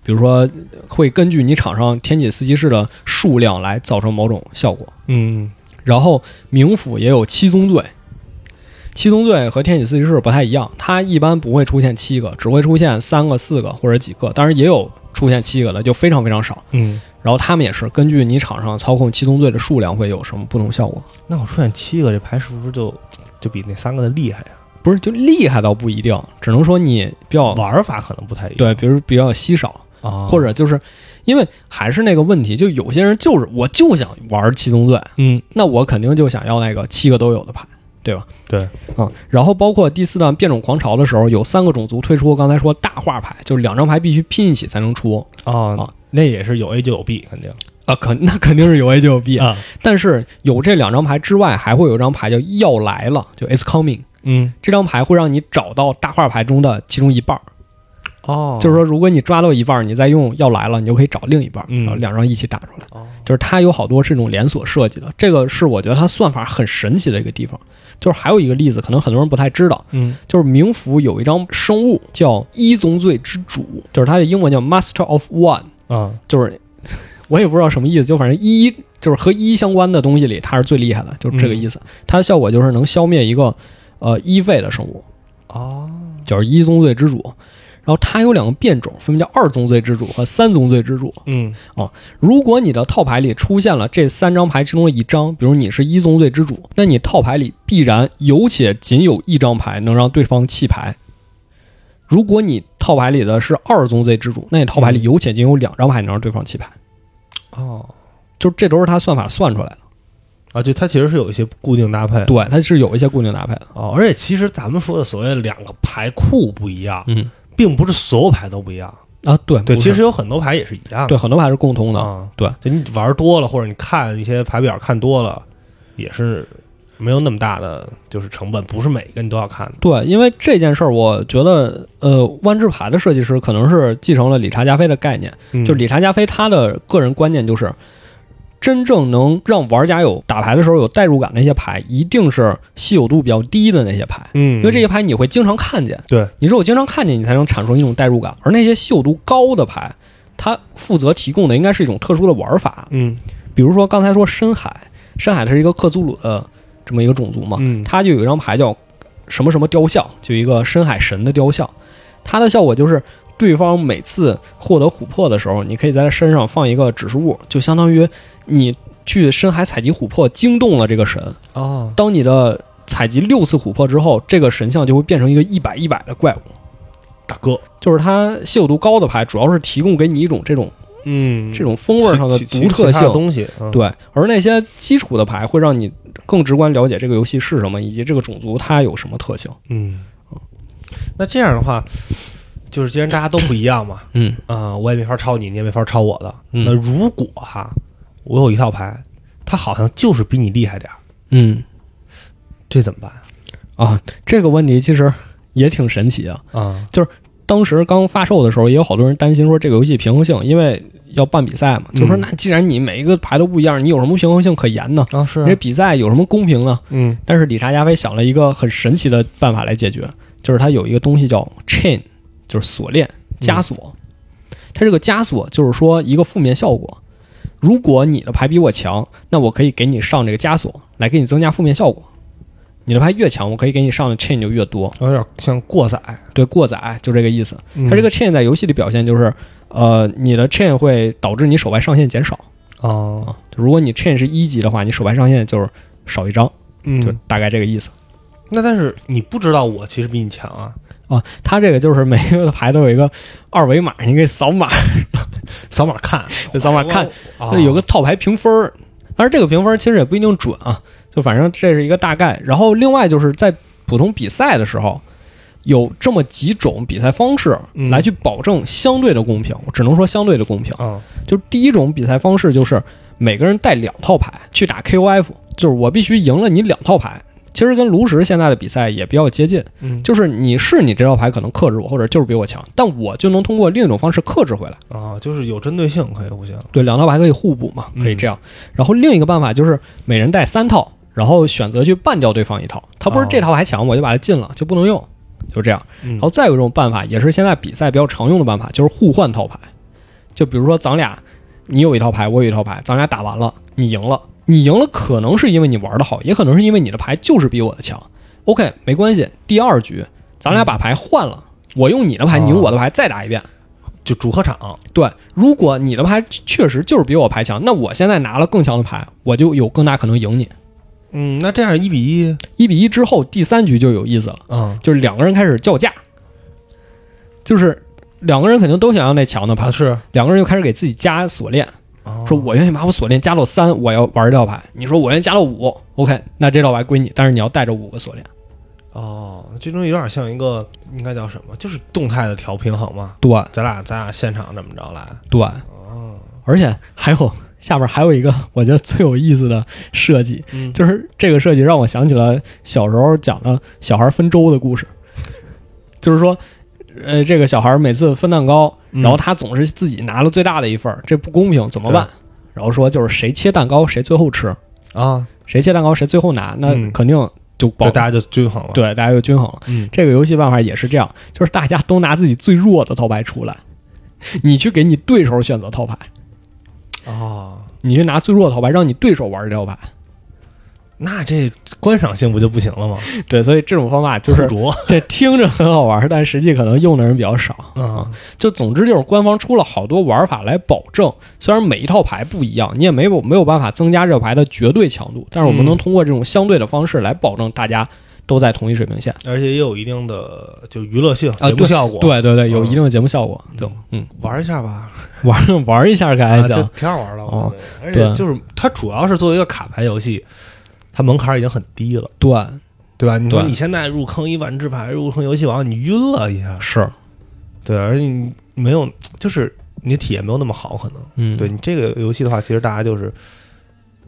[SPEAKER 1] 比如说会根据你场上天启四骑士的数量来造成某种效果。
[SPEAKER 2] 嗯
[SPEAKER 1] 然后冥府也有七宗罪，七宗罪和天启四骑士不太一样，它一般不会出现七个，只会出现三个、四个或者几个，当然也有出现七个的，就非常非常少。
[SPEAKER 2] 嗯。
[SPEAKER 1] 然后他们也是根据你场上操控七宗罪的数量会有什么不同效果，
[SPEAKER 2] 那我出现七个，这牌是不是就就比那三个的厉害呀、
[SPEAKER 1] 不是就厉害倒不一定，只能说你比较
[SPEAKER 2] 玩儿法可能不太一样。
[SPEAKER 1] 对，比如比较稀少。
[SPEAKER 2] 啊，
[SPEAKER 1] 或者就是因为还是那个问题，就有些人就是我就想玩七宗罪，
[SPEAKER 2] 嗯
[SPEAKER 1] 那我肯定就想要那个七个都有的牌，对吧？
[SPEAKER 2] 对，
[SPEAKER 1] 啊，然后包括第四段变种狂潮的时候，有三个种族推出，刚才说大画牌，就是两张牌必须拼一起才能出
[SPEAKER 2] 哦，那也是有 A 就有 B，肯定
[SPEAKER 1] 啊，肯那肯定是有 A 就有 B
[SPEAKER 2] 啊，
[SPEAKER 1] 但是有这两张牌之外，还会有一张牌叫要来了，就 It's coming。
[SPEAKER 2] 嗯，
[SPEAKER 1] 这张牌会让你找到大画牌中的其中一半儿，
[SPEAKER 2] 哦
[SPEAKER 1] 就是
[SPEAKER 2] 是
[SPEAKER 1] 说，如果你抓到一半儿，你再用要来了，你就可以找另一半儿，
[SPEAKER 2] 嗯
[SPEAKER 1] 然后两张一起打出来。
[SPEAKER 2] 哦
[SPEAKER 1] 就是它有好多这种连锁设计的，这个是我觉得它算法很神奇的一个地方。就是还有一个例子，可能很多人不太知道，
[SPEAKER 2] 嗯
[SPEAKER 1] 就是冥府有一张生物叫一宗罪之主，就是它的英文叫 Master of One，
[SPEAKER 2] 啊
[SPEAKER 1] 就是 <laughs> 我也不知道什么意思，就反正一就是和一相关的东西里，它是最厉害的，就是
[SPEAKER 2] 嗯
[SPEAKER 1] 这个意思。它的效果就是能消灭一个呃一位的生物，
[SPEAKER 2] 哦
[SPEAKER 1] 就是一宗罪之主。然后它有两个变种，分别叫二宗罪之主和三宗罪之主。
[SPEAKER 2] 嗯
[SPEAKER 1] 如果你的套牌里出现了这三张牌其中的一张，比如你是一宗罪之主，那你套牌里必然有且仅有一张牌能让对方弃牌。如果你套牌里的是二宗罪之主，那你套牌里有且仅有两张牌能让对方弃牌。
[SPEAKER 2] 哦
[SPEAKER 1] 就这都是他算法算出来的，
[SPEAKER 2] 啊，对，它其实是有一些固定搭配
[SPEAKER 1] 对，它是有一些固定搭配的。
[SPEAKER 2] 哦，而且其实咱们说的所谓的两个牌库不一样，
[SPEAKER 1] 嗯
[SPEAKER 2] 并不是所有牌都不一样，
[SPEAKER 1] 啊，对
[SPEAKER 2] 对，
[SPEAKER 1] 不
[SPEAKER 2] 其
[SPEAKER 1] 是
[SPEAKER 2] 实有很多牌也是一样的，
[SPEAKER 1] 对很多牌是共通的。
[SPEAKER 2] 啊，
[SPEAKER 1] 对，
[SPEAKER 2] 就你玩多了，或者你看一些牌表看多了，也是没有那么大的就是成本，不是每个你都要看的。
[SPEAKER 1] 对，因为这件事儿，我觉得，呃，万智牌的设计师可能是继承了理查加菲的概念，
[SPEAKER 2] 嗯
[SPEAKER 1] 就理查加菲他的个人观念就是，真正能让玩家有打牌的时候有代入感的那些牌，一定是稀有度比较低的那些牌，
[SPEAKER 2] 嗯，
[SPEAKER 1] 因为这些牌你会经常看见，
[SPEAKER 2] 对，
[SPEAKER 1] 你只有经常看见，你才能产生一种代入感，而那些稀有度高的牌，它负责提供的应该是一种特殊的玩法，
[SPEAKER 2] 嗯
[SPEAKER 1] 比如说刚才说深海，深海它是一个克苏鲁的这么一个种族嘛，
[SPEAKER 2] 嗯
[SPEAKER 1] 它就有一张牌叫什么什么雕像，就一个深海神的雕像，它的效果就是。对方每次获得琥珀的时候，你可以在他身上放一个指示物，就相当于你去深海采集琥珀，惊动了这个神。
[SPEAKER 2] 哦
[SPEAKER 1] 当你的采集六次琥珀之后，这个神像就会变成一个一百一百的怪物。
[SPEAKER 2] 大哥，
[SPEAKER 1] 就是它稀有度高的牌，主要是提供给你一种这种
[SPEAKER 2] 嗯，
[SPEAKER 1] 这种风味上的
[SPEAKER 2] 其其
[SPEAKER 1] 独
[SPEAKER 2] 其
[SPEAKER 1] 特
[SPEAKER 2] 他的
[SPEAKER 1] 性。
[SPEAKER 2] 东西，嗯，
[SPEAKER 1] 对，而那些基础的牌会让你更直观了解这个游戏是什么，以及这个种族它有什么特性。
[SPEAKER 2] 嗯，那这样的话，就是既然大家都不一样嘛，
[SPEAKER 1] 嗯
[SPEAKER 2] 啊、我也没法抄你，你也没法抄我的。
[SPEAKER 1] 嗯
[SPEAKER 2] 那如果哈，我有一套牌，它好像就是比你厉害点儿，
[SPEAKER 1] 嗯
[SPEAKER 2] 这怎么办
[SPEAKER 1] 啊，这个问题其实也挺神奇啊。
[SPEAKER 2] 啊？
[SPEAKER 1] 当时刚发售的时候，也有好多人担心说这个游戏平衡性，因为要办比赛嘛，就说
[SPEAKER 2] 嗯
[SPEAKER 1] 那既然你每一个牌都不一样，你有什么平衡性可言呢？
[SPEAKER 2] 啊，是
[SPEAKER 1] 你这比赛有什么公平呢？
[SPEAKER 2] 嗯，
[SPEAKER 1] 但是理查加菲想了一个很神奇的办法来解决，就是他有一个东西叫 chain，就是锁链枷锁。它这个枷锁就是说一个负面效果。如果你的牌比我强，那我可以给你上这个枷锁，来给你增加负面效果。你的牌越强，我可以给你上的 chain 就越多。
[SPEAKER 2] 有点像过载。
[SPEAKER 1] 对，过载就这个意思。
[SPEAKER 2] 它
[SPEAKER 1] 它这个 chain 在游戏里表现就是，呃，你的 chain 会导致你手牌上限减少
[SPEAKER 2] 哦，
[SPEAKER 1] 啊。如果你 chain 是一级的话，你手牌上限就是少一张，
[SPEAKER 2] 嗯
[SPEAKER 1] 就大概这个意思。
[SPEAKER 2] 那但是你不知道我其实比你强啊，
[SPEAKER 1] 啊，它这个就是每个牌都有一个二维码，你可以扫码，
[SPEAKER 2] 扫码看，
[SPEAKER 1] 扫码看，
[SPEAKER 2] 啊
[SPEAKER 1] 有个套牌评分儿。但是这个评分儿其实也不一定准啊，就反正这是一个大概。然后另外就是在普通比赛的时候，有这么几种比赛方式
[SPEAKER 2] 嗯
[SPEAKER 1] 来去保证相对的公平，我只能说相对的公平。
[SPEAKER 2] 啊，
[SPEAKER 1] 就是第一种比赛方式就是每个人带两套牌去打 KOF，就是我必须赢了你两套牌。其实跟炉石现在的比赛也比较接近，
[SPEAKER 2] 嗯
[SPEAKER 1] 就是你是你这套牌可能克制我，或者就是比我强，但我就能通过另一种方式克制回来。
[SPEAKER 2] 啊，就是有针对性可以互相
[SPEAKER 1] 对，两套牌可以互补嘛，可以这样。然后另一个办法就是每人带三套，然后选择去办掉对方一套。他不是
[SPEAKER 2] 哦
[SPEAKER 1] 这套牌强，我就把它禁了，就不能用，就这样。
[SPEAKER 2] 嗯
[SPEAKER 1] 然后再有一种办法，也是现在比赛比较常用的办法，就是互换套牌。就比如说咱俩，你有一套牌，我有一套牌，咱俩打完了，你赢了，你赢了可能是因为你玩的好，也可能是因为你的牌就是比我的强。OK，没关系，第二局咱俩把牌换了，我用你的牌，你用我的牌，再打一遍。
[SPEAKER 2] 就主客场，
[SPEAKER 1] 对，如果你的牌确实就是比我牌强，那我现在拿了更强的牌，我就有更大可能赢你。
[SPEAKER 2] 嗯，那这样一比一
[SPEAKER 1] 一比一之后，第三局就有意思了。
[SPEAKER 2] 啊
[SPEAKER 1] 就是两个人开始叫价，就是两个人肯定都想要那强的牌
[SPEAKER 2] 啊，是，哦
[SPEAKER 1] 两个人就开始给自己加锁链，说我愿意把我锁链加到三，我要玩这道牌。你说我愿意加到五，OK，那这道牌归你，但是你要带着五个锁链。
[SPEAKER 2] 哦，这东西有点像一个应该叫什么，就是动态的调平衡嘛。
[SPEAKER 1] 对
[SPEAKER 2] 咱俩咱俩现场怎么着来？
[SPEAKER 1] 对，
[SPEAKER 2] 哦，
[SPEAKER 1] 而且还有下边还有一个我觉得最有意思的设计，
[SPEAKER 2] 嗯，
[SPEAKER 1] 就是这个设计让我想起了小时候讲的小孩分粥的故事，就是说，呃，这个小孩每次分蛋糕，
[SPEAKER 2] 嗯
[SPEAKER 1] 然后他总是自己拿了最大的一份儿，这不公平，怎么办？然后说就是谁切蛋糕谁最后吃，
[SPEAKER 2] 啊，
[SPEAKER 1] 谁切蛋糕谁最后拿，那
[SPEAKER 2] 嗯
[SPEAKER 1] 肯定就保
[SPEAKER 2] 对，大家就均衡了。，
[SPEAKER 1] 对大家就均衡了。
[SPEAKER 2] 嗯，
[SPEAKER 1] 这个游戏办法也是这样，就是大家都拿自己最弱的套牌出来，你去给你对手选择套牌，
[SPEAKER 2] 哦，
[SPEAKER 1] 你去拿最弱的套牌，让你对手玩这套牌。
[SPEAKER 2] 那这观赏性不就不行了吗？
[SPEAKER 1] 对，所以这种方法
[SPEAKER 2] <laughs>
[SPEAKER 1] 就是
[SPEAKER 2] 灼，
[SPEAKER 1] 这听着很好玩，但实际可能用的人比较少。
[SPEAKER 2] 嗯，
[SPEAKER 1] 就总之就是官方出了好多玩法来保证，虽然每一套牌不一样，你也没有没有办法增加这个牌的绝对强度，但是我们
[SPEAKER 2] 嗯
[SPEAKER 1] 能通过这种相对的方式来保证大家都在同一水平线。
[SPEAKER 2] 而且也有一定的就娱乐性、
[SPEAKER 1] 啊
[SPEAKER 2] 节目
[SPEAKER 1] 对
[SPEAKER 2] 效果。，
[SPEAKER 1] 对对对，有
[SPEAKER 2] 嗯
[SPEAKER 1] 一定的节目效果。
[SPEAKER 2] 嗯
[SPEAKER 1] 就嗯，
[SPEAKER 2] 玩一下吧，
[SPEAKER 1] 玩玩一下可还
[SPEAKER 2] 啊
[SPEAKER 1] 哎行。
[SPEAKER 2] 这挺好玩的。
[SPEAKER 1] 哦
[SPEAKER 2] 我觉得而且
[SPEAKER 1] 对
[SPEAKER 2] 就是它主要是作为一个卡牌游戏，它门槛已经很低了，
[SPEAKER 1] 对，
[SPEAKER 2] 对吧？你说
[SPEAKER 1] 对
[SPEAKER 2] 你现在入坑一万智牌，入坑游戏王，你晕了一下。
[SPEAKER 1] 是，
[SPEAKER 2] 对，而且你没有，就是你的体验没有那么好，可能。
[SPEAKER 1] 嗯，
[SPEAKER 2] 对你这个游戏的话，其实大家就是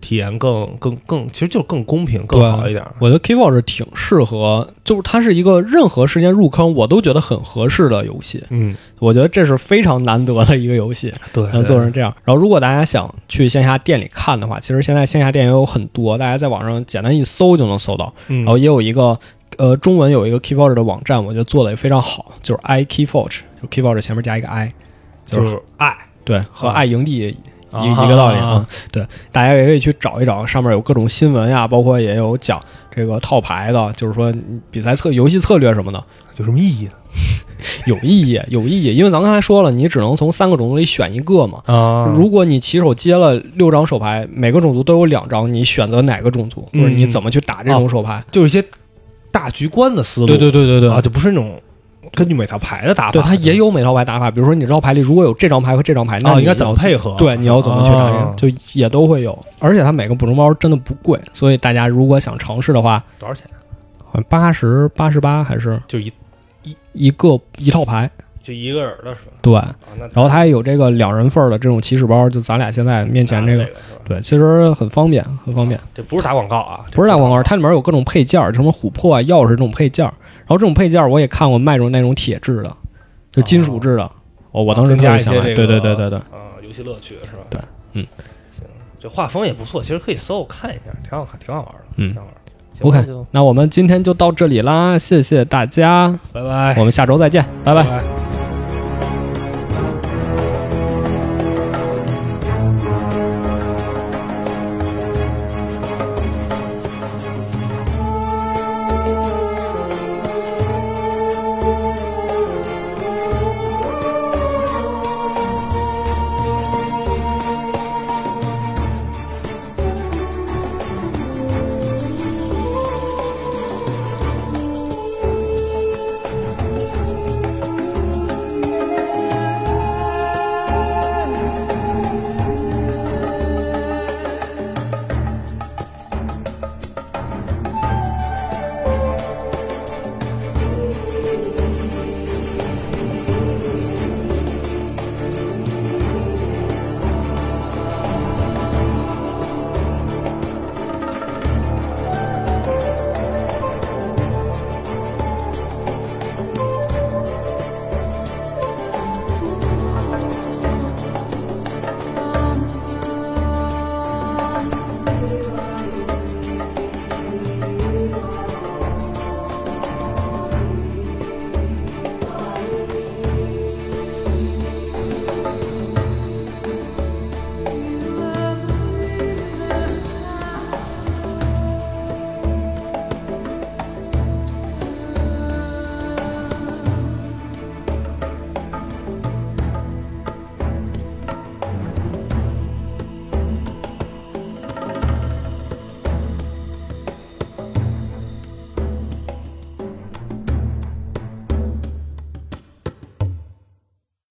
[SPEAKER 2] 体验更更更，其实就更公平、更
[SPEAKER 1] 对嗯
[SPEAKER 2] 好一点。
[SPEAKER 1] 我觉得 Keyboard 是挺适合，就是它是一个任何时间入坑我都觉得很合适的游戏。
[SPEAKER 2] 嗯，
[SPEAKER 1] 我觉得这是非常难得的一个游戏。
[SPEAKER 2] 对，
[SPEAKER 1] 然后做成这样。然后如果大家想去线下店里看的话，其实现在线下店也有很多，大家在网上简单一搜就能搜到。
[SPEAKER 2] 嗯
[SPEAKER 1] 然后也有一个呃中文有一个 Keyforge 的网站，我觉得做的也非常好，就是 i Keyforge，就 Keyforge 前面加一个 i，
[SPEAKER 2] 就
[SPEAKER 1] 就是
[SPEAKER 2] 是爱
[SPEAKER 1] 对，和
[SPEAKER 2] 啊
[SPEAKER 1] 爱营地。
[SPEAKER 2] 啊
[SPEAKER 1] 一一个道理啊，对，大家也可以去找一找，上面有各种新闻呀，包括也有讲这个套牌的，就是说比赛策、游戏策略什么的，
[SPEAKER 2] 有什么意义啊呢
[SPEAKER 1] 有意义，有意义。因为咱刚才说了，你只能从三个种族里选一个嘛，
[SPEAKER 2] 啊
[SPEAKER 1] 如果你起手接了六张手牌，每个种族都有两张，你选择哪个种族，或
[SPEAKER 2] 嗯
[SPEAKER 1] 者你怎么去打这种手牌？
[SPEAKER 2] 就是一些大局观的思路，
[SPEAKER 1] 啊对对对对对，
[SPEAKER 2] 啊，就不是那种根据每套牌的打法，
[SPEAKER 1] 对它也有每套牌打法，比如说你这套牌里如果有这张牌和这张牌，那
[SPEAKER 2] 啊，
[SPEAKER 1] 你
[SPEAKER 2] 应该怎么
[SPEAKER 1] 要
[SPEAKER 2] 配合？
[SPEAKER 1] 对，你要怎么去打这
[SPEAKER 2] 啊
[SPEAKER 1] 个，就也都会有。而且它每个补充包真的不贵，所以大家如果想尝试的话，
[SPEAKER 2] 多少钱？啊
[SPEAKER 1] 好像八十八十八还是
[SPEAKER 2] 就一
[SPEAKER 1] 一个一套牌，
[SPEAKER 2] 就一个人的是吧？
[SPEAKER 1] 对。
[SPEAKER 2] 啊，那
[SPEAKER 1] 然后它也有这个两人份儿的这种起始包，就咱俩现在面前这个，
[SPEAKER 2] 是吧？
[SPEAKER 1] 啊对，其实很方便，很方便。
[SPEAKER 2] 这不是打广告啊，
[SPEAKER 1] 不是大广告，
[SPEAKER 2] 它
[SPEAKER 1] 它里面有各种配件儿，什么琥珀啊、钥匙这种配件儿。然后这种配件儿我也看过卖这种那种铁制的，就金属制的。哦，我当时特别想买，对对对对对，
[SPEAKER 2] 啊，游戏乐趣是吧？
[SPEAKER 1] 对，嗯，
[SPEAKER 2] 行，这画风也不错，其实可以搜看一下，挺好看，挺好玩的，
[SPEAKER 1] 嗯
[SPEAKER 2] 挺好玩的。行
[SPEAKER 1] OK
[SPEAKER 2] 那就
[SPEAKER 1] 那我们今天就到这里啦，谢谢大家，
[SPEAKER 2] 拜拜。
[SPEAKER 1] 哎我们下周再见，拜拜。
[SPEAKER 2] 拜